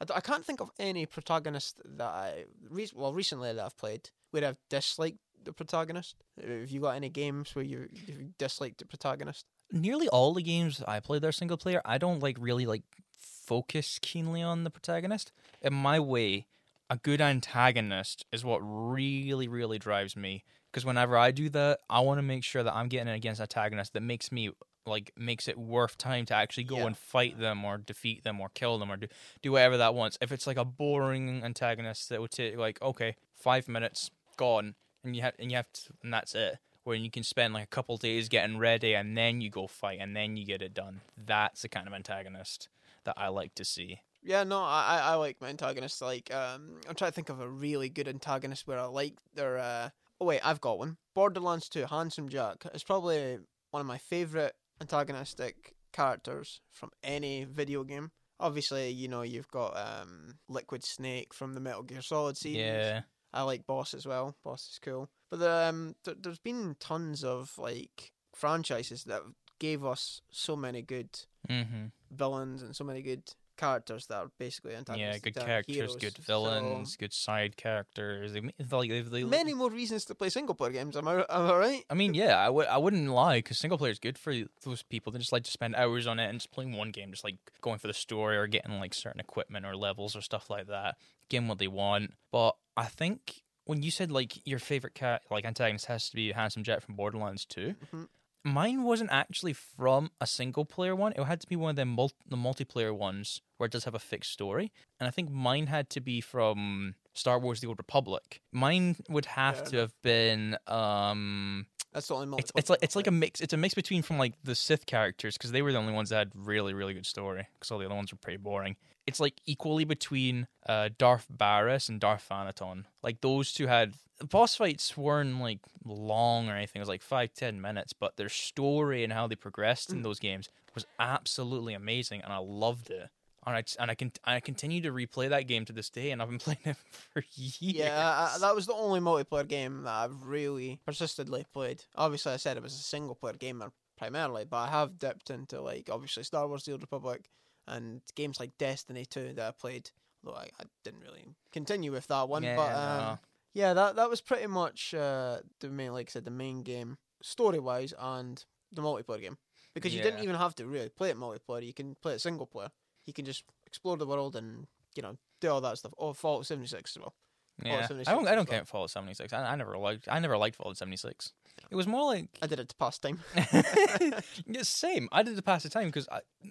Speaker 1: I, d- I can't think of any protagonist that I re- well recently that I've played where I've disliked the protagonist. Have you got any games where you you disliked the protagonist?
Speaker 4: nearly all the games that I play their single player. I don't like really like focus keenly on the protagonist. In my way, a good antagonist is what really really drives me. Because whenever I do that, I want to make sure that I'm getting in against an antagonist that makes me like makes it worth time to actually go
Speaker 1: Yeah.
Speaker 4: and fight them or defeat them or kill them or do do whatever that wants. If it's like a boring antagonist that would take like okay five minutes gone and you have and you have to, and that's it. Where you can spend like a couple days getting ready and then you go fight and then you get it done. That's the kind of antagonist that I like to see.
Speaker 1: Yeah, no, I I I like my antagonists. Like, um, I'm trying to think of a really good antagonist where I like their. Uh... Oh wait, I've got one. Borderlands 2, Handsome Jack is probably one of my favorite antagonistic characters from any video game. Obviously, you know you've got um Liquid Snake from the Metal Gear Solid series.
Speaker 4: Yeah,
Speaker 1: I like Boss as well. Boss is cool. But the, um, th- there's been tons of like franchises that gave us so many good
Speaker 4: mm-hmm.
Speaker 1: villains and so many good characters that are basically antagonists.
Speaker 4: yeah. Good
Speaker 1: that are
Speaker 4: characters,
Speaker 1: heroes.
Speaker 4: good
Speaker 1: So,
Speaker 4: villains, good side characters. They, ma- it's like they, they,
Speaker 1: many more reasons to play single player games. Am I, am I right?
Speaker 4: I mean, yeah, I would. I wouldn't lie because single player is good for those people that just like to spend hours on it and just playing one game, just like going for the story or getting like certain equipment or levels or stuff like that, getting what they want. But I think when you said like your favorite cat, like antagonist has to be Handsome Jack from Borderlands Two.
Speaker 1: Mhm.
Speaker 4: Mine wasn't actually from a single player one. It had to be one of them mul- the multiplayer ones where it does have a fixed story. And I think mine had to be from Star Wars: The Old Republic. Mine would have
Speaker 1: Fair
Speaker 4: to have been um,
Speaker 1: That's the only
Speaker 4: it's,
Speaker 1: multiple.
Speaker 4: it's like it's like a mix. It's a mix between from like the Sith characters because they were the only ones that had really really good story because all the other ones were pretty boring. It's like equally between uh, Darth Barris and Darth Thanaton. Like those two had the boss fights weren't like long or anything. It was like five ten minutes, but their story and how they progressed
Speaker 1: Mm.
Speaker 4: in those games was absolutely amazing, and I loved it. And I and I can I continue to replay that game to this day, and I've been playing it for years.
Speaker 1: Yeah, I, I- that was the only multiplayer game that I've really persistently played. Obviously, I said it was a single player gamer primarily, but I have dipped into like obviously Star Wars: The Old Republic and games like Destiny Two that I played. Though I, I didn't really continue with that one,
Speaker 4: Yeah,
Speaker 1: but um,
Speaker 4: no.
Speaker 1: Yeah, that that was pretty much uh, the main, like I said, the main game story wise and the multiplayer game because you didn't
Speaker 4: Yeah.
Speaker 1: even have to really play it multiplayer. You can play it single player. You can just explore the world and you know do all that stuff. Oh, Fallout seventy six as well.
Speaker 4: Yeah.
Speaker 1: 76
Speaker 4: I don't. I
Speaker 1: as
Speaker 4: don't
Speaker 1: well.
Speaker 4: count Fallout 76. I, I never liked. I never liked Fallout 76. It was more like
Speaker 1: I did it to pass time.
Speaker 4: Yeah, same. I did it to pass the time because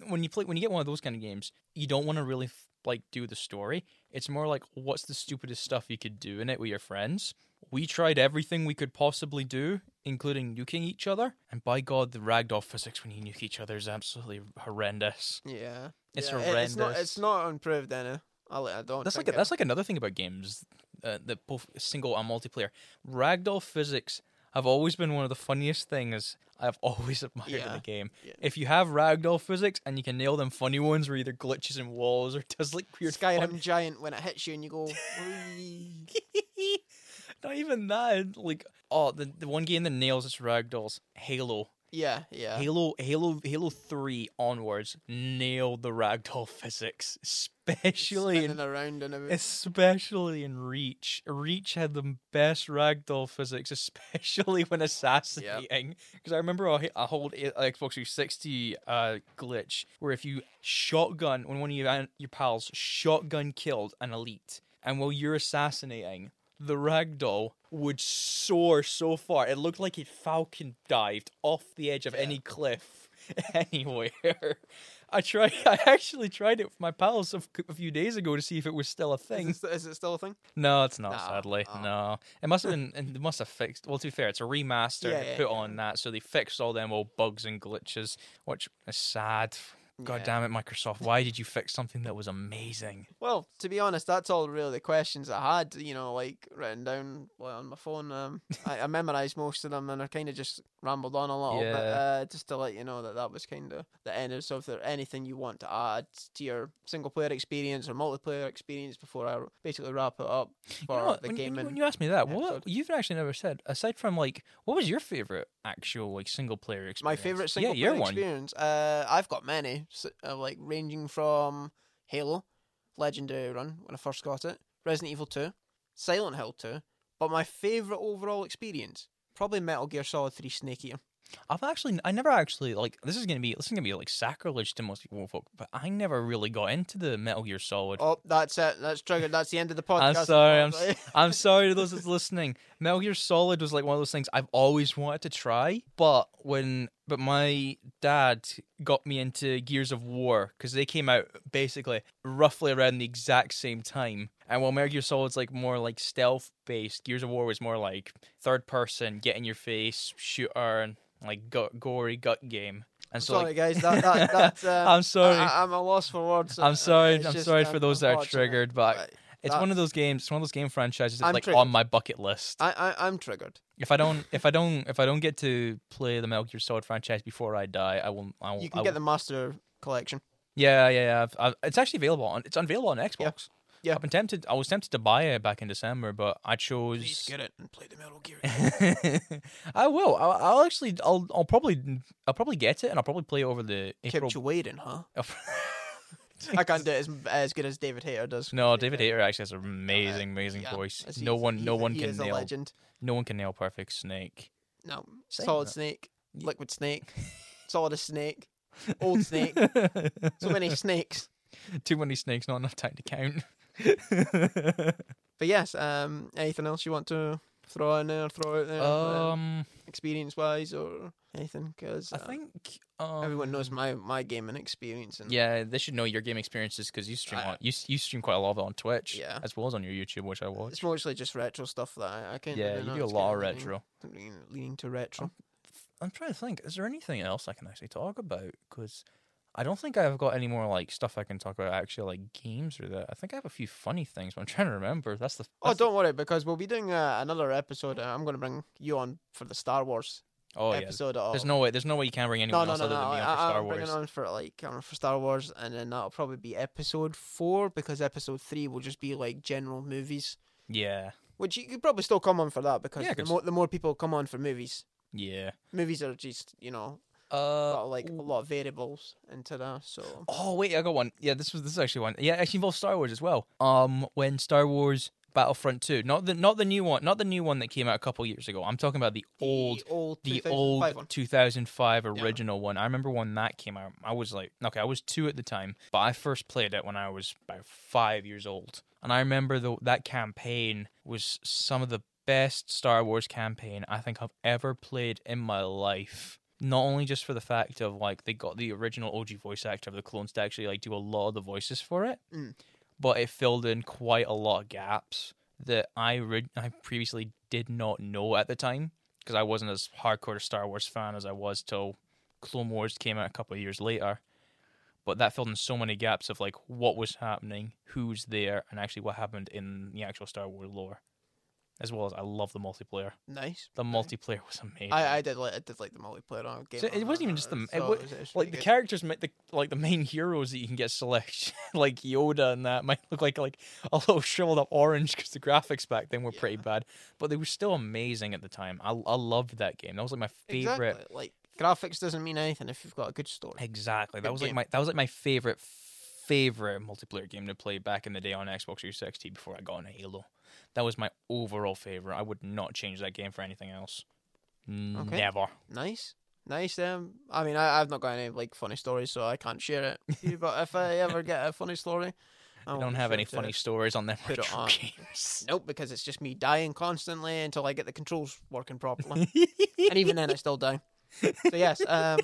Speaker 4: when you play, when you get one of those kind of games, you don't want to really f- like do the story. It's more like what's the stupidest stuff you could do in it with your friends. We tried everything we could possibly do, including nuking each other. And by God, the ragdoll physics when you nuke each other is absolutely horrendous.
Speaker 1: Yeah,
Speaker 4: It's
Speaker 1: yeah, it- It's not.
Speaker 4: horrendous.
Speaker 1: It's not improved any. I, I don't.
Speaker 4: That's like
Speaker 1: think
Speaker 4: a,
Speaker 1: it-
Speaker 4: that's like another thing about games, uh, that both single and multiplayer. Ragdoll physics have always been one of the funniest things I've always admired in
Speaker 1: Yeah.
Speaker 4: a game.
Speaker 1: Yeah.
Speaker 4: If you have ragdoll physics and you can nail them funny ones where either glitches in walls or does like weird
Speaker 1: Skyrim
Speaker 4: fun-
Speaker 1: giant when it hits you and you go. "Wee."
Speaker 4: Not even that. Like oh, the, the one game that nails its ragdolls, Halo.
Speaker 1: yeah, yeah.
Speaker 4: Halo, Halo, Halo Three onwards nailed the ragdoll physics, especially in
Speaker 1: spinning around and everything.
Speaker 4: especially in Reach. Reach had the best ragdoll physics, especially when assassinating. Because I remember a, a whole A- Xbox 360 uh, glitch where if you shotgun, when one of your, an- your pals shotgun killed an elite, and while you're assassinating, the ragdoll would soar so far. It looked like it falcon dived off the edge of any cliff anywhere. I tried. I actually tried it with my pals a, f- a few days ago to see if it was still a
Speaker 1: Is,
Speaker 4: thing.
Speaker 1: it st- is it still a thing?
Speaker 4: No, it's not.
Speaker 1: No,
Speaker 4: sadly,
Speaker 1: oh.
Speaker 4: no. It must have been. and It must have fixed. Well, to be fair, it's a remaster.
Speaker 1: Yeah,
Speaker 4: they
Speaker 1: yeah,
Speaker 4: put on that, so they fixed all them old bugs and glitches, which is sad. God
Speaker 1: Yeah.
Speaker 4: damn it, Microsoft! Why did you fix something that was amazing?
Speaker 1: Well, to be honest, that's all really the questions I had. You know, like written down like, on my phone. Um, I, I memorized most of them, and I kind of just rambled on a little
Speaker 4: Yeah.
Speaker 1: bit, uh, just to let you know that that was kind of the end. So, if there's anything you want to add to your single player experience or multiplayer experience before I basically wrap it up
Speaker 4: You
Speaker 1: for
Speaker 4: know what,
Speaker 1: the
Speaker 4: when, you-
Speaker 1: gaming,
Speaker 4: when you asked me that, what
Speaker 1: episode.
Speaker 4: you've actually never said aside from like, what was your favorite actual like single player
Speaker 1: my
Speaker 4: experience?
Speaker 1: favorite single
Speaker 4: yeah, your
Speaker 1: player
Speaker 4: one.
Speaker 1: experience. Uh, I've got many, s- uh, like ranging from Halo, Legendary Run when I first got it, Resident Evil Two, Silent Hill Two, but my favorite overall experience probably Metal Gear Solid Three Snake Eater.
Speaker 4: I've actually, I never actually like. This is gonna be, this is gonna be like sacrilege to most people, folk, but I never really got into the Metal Gear Solid.
Speaker 1: Oh, that's it. That's triggered. That's the end of the podcast.
Speaker 4: I'm sorry. I'm,
Speaker 1: Right.
Speaker 4: s- I'm sorry to those that's listening. Metal Gear Solid was like one of those things I've always wanted to try, but when but my dad got me into Gears of War because they came out basically roughly around the exact same time. And while Metal Gear Solid's like more like stealth based, Gears of War was more like third person, get in your face, shooter, and like gut, gory gut game. And so
Speaker 1: sorry,
Speaker 4: like,
Speaker 1: guys. That, that, that's, um,
Speaker 4: I'm sorry.
Speaker 1: I, I- I'm a loss for words.
Speaker 4: I'm sorry.
Speaker 1: It's
Speaker 4: I'm
Speaker 1: just,
Speaker 4: sorry
Speaker 1: um,
Speaker 4: for those that are
Speaker 1: unfortunate,
Speaker 4: triggered, but it's
Speaker 1: that-
Speaker 4: one of those games. It's one of those game franchises that's
Speaker 1: I'm
Speaker 4: like
Speaker 1: triggered.
Speaker 4: on my bucket list.
Speaker 1: I, I, I'm triggered.
Speaker 4: If I don't, if I don't, if I don't get to play the Metal Gear Solid franchise before I die, I will. I will.
Speaker 1: You
Speaker 4: Oh, I
Speaker 1: can get
Speaker 4: will-
Speaker 1: the Master Collection.
Speaker 4: Yeah, yeah, yeah. I've, I've, it's actually available on. It's unavailable on Xbox.
Speaker 1: Yeah.
Speaker 4: I've been tempted. I was tempted to buy it back in December, but I chose.
Speaker 1: it and play the Metal Gear.
Speaker 4: I will. I'll, I'll actually. I'll. I'll probably. I'll probably get it, and I'll probably play it over the April.
Speaker 1: Kept you waiting, huh? I
Speaker 4: I
Speaker 1: can't do it as, as good as David Hayter does.
Speaker 4: No, David Hayter actually has an amazing, amazing
Speaker 1: Yeah,
Speaker 4: voice.
Speaker 1: as
Speaker 4: No
Speaker 1: he's-
Speaker 4: one, no
Speaker 1: he's a-
Speaker 4: one
Speaker 1: he
Speaker 4: can
Speaker 1: is a
Speaker 4: nail.
Speaker 1: legend.
Speaker 4: No one can nail Perfect Snake.
Speaker 1: No,
Speaker 4: Saying
Speaker 1: solid
Speaker 4: that-
Speaker 1: snake, liquid snake, solid as snake, old snake. So many snakes.
Speaker 4: Too many snakes, not enough time to count.
Speaker 1: But yes, um, anything else you want to throw in there, throw out there,
Speaker 4: um,
Speaker 1: experience wise or anything? Because
Speaker 4: I think um,
Speaker 1: everyone knows my my gaming experience and
Speaker 4: Yeah, they should know your game experiences because you stream
Speaker 1: I-
Speaker 4: on, you s- you stream quite a lot of it on Twitch,
Speaker 1: Yeah.
Speaker 4: as well as on your YouTube, which I watch.
Speaker 1: it's mostly just retro stuff that I, I can't.
Speaker 4: Yeah,
Speaker 1: really
Speaker 4: you
Speaker 1: know,
Speaker 4: do a
Speaker 1: it's
Speaker 4: lot of
Speaker 1: kinda leaning-
Speaker 4: retro. Um,
Speaker 1: leaning- leaning to retro.
Speaker 4: I'm trying to think. Is there anything else I can actually talk about? Because I don't think I've got any more like stuff I can talk about. Actually, like games or that. I think I have a few funny things, but I'm trying to remember. That's the
Speaker 1: Oh,
Speaker 4: that's the-
Speaker 1: don't worry because we'll be doing uh, another episode. Uh, I'm going to bring you on for the Star Wars
Speaker 4: oh yeah.
Speaker 1: episode. of-
Speaker 4: There's no way. There's no way you can bring anyone else other than me on for
Speaker 1: I-
Speaker 4: Star
Speaker 1: I'm bringing
Speaker 4: Wars.
Speaker 1: on for like I'm for Star Wars, and then that'll probably be episode four because episode three will just be like general movies,
Speaker 4: Yeah,
Speaker 1: which you could probably still come on for that because
Speaker 4: Yeah,
Speaker 1: the
Speaker 4: 'cause-
Speaker 1: more the more people come on for movies,
Speaker 4: yeah.
Speaker 1: movies are just you know
Speaker 4: Uh,
Speaker 1: got like a
Speaker 4: ooh.
Speaker 1: lot of variables into that. So
Speaker 4: Oh wait, I got one. Yeah, this was this is actually one. Yeah, it actually involves Star Wars as well. Um, when Star Wars Battlefront 2. Not the not the new one, not the new one that came out a couple years ago. I'm talking about the old
Speaker 1: old
Speaker 4: the
Speaker 1: 2005
Speaker 4: old
Speaker 1: one.
Speaker 4: 2005
Speaker 1: Yeah.
Speaker 4: original one. I remember when that came out. I was like, okay, I was 2 at the time, but I first played it when I was about 5 years old. And I remember the, that campaign was some of the best Star Wars campaign I think I've ever played in my life. Not only just for the fact of like they got the original OG voice actor of the clones to actually like do a lot of the voices for it
Speaker 1: Mm.
Speaker 4: but it filled in quite a lot of gaps that I re- I previously did not know at the time because I wasn't as hardcore a Star Wars fan as I was till Clone Wars came out a couple of years later. But that filled in so many gaps of like what was happening, who's there, and actually what happened in the actual Star Wars lore. As well as I love the multiplayer.
Speaker 1: Nice.
Speaker 4: The multiplayer was amazing.
Speaker 1: I, I did like I did like the multiplayer on game.
Speaker 4: So
Speaker 1: on
Speaker 4: it wasn't even just the
Speaker 1: that,
Speaker 4: it
Speaker 1: so
Speaker 4: wa-
Speaker 1: was- it was
Speaker 4: like
Speaker 1: pretty
Speaker 4: the
Speaker 1: good.
Speaker 4: characters ma- the like the main heroes that you can get select like Yoda and that might look like like a little shriveled up orange because the graphics back then were pretty bad, but they were still amazing at the time. I I loved that game. That was like my favorite. Exactly.
Speaker 1: Exactly. Like graphics doesn't mean anything if you've got a good story.
Speaker 4: That
Speaker 1: Good
Speaker 4: was like
Speaker 1: game.
Speaker 4: my that was like my favorite favorite multiplayer game to play back in the day on Xbox 360 before I got on Halo. That was my overall favorite. I would not change that game for anything else. Never.
Speaker 1: Nice. Nice. Um, I mean, I, I've not got any like funny stories, so I can't share it. with you, but if I ever get a funny story, I
Speaker 4: I
Speaker 1: will
Speaker 4: don't have
Speaker 1: share
Speaker 4: any
Speaker 1: it to-
Speaker 4: funny stories on them
Speaker 1: Put it
Speaker 4: retro
Speaker 1: on.
Speaker 4: games.
Speaker 1: Nope, because it's just me dying constantly until I get the controls working properly, and even then I still die. So yes. Um,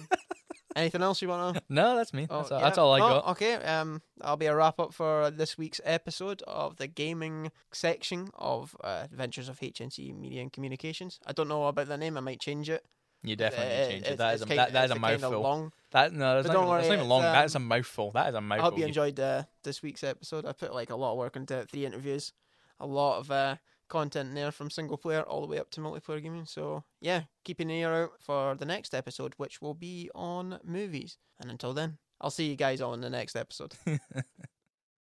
Speaker 1: anything else you want to?
Speaker 4: No, that's me.
Speaker 1: Oh,
Speaker 4: that's, all,
Speaker 1: yeah.
Speaker 4: that's all I
Speaker 1: Oh,
Speaker 4: got.
Speaker 1: Okay, um, that'll be a wrap up for this week's episode of the gaming section of uh, Adventures of HNC Media and Communications. I don't know about the name; I might change it.
Speaker 4: You definitely
Speaker 1: Uh,
Speaker 4: changed
Speaker 1: it's-
Speaker 4: it. That is
Speaker 1: it's
Speaker 4: a,
Speaker 1: kinda-
Speaker 4: that, that is
Speaker 1: it's
Speaker 4: a
Speaker 1: Kinda
Speaker 4: mouthful.
Speaker 1: long.
Speaker 4: that no, that's
Speaker 1: But don't
Speaker 4: not, even- that's
Speaker 1: worry,
Speaker 4: not even long.
Speaker 1: it's,
Speaker 4: that is a
Speaker 1: um,
Speaker 4: mouthful. That is a
Speaker 1: I
Speaker 4: mouthful.
Speaker 1: hope you enjoyed uh, this week's episode. I put like a lot of work into it, three interviews, a lot of uh, content in there from single player all the way up to multiplayer gaming. So yeah, keep an ear out for the next episode, which will be on movies. And until then, I'll see you guys on the next episode.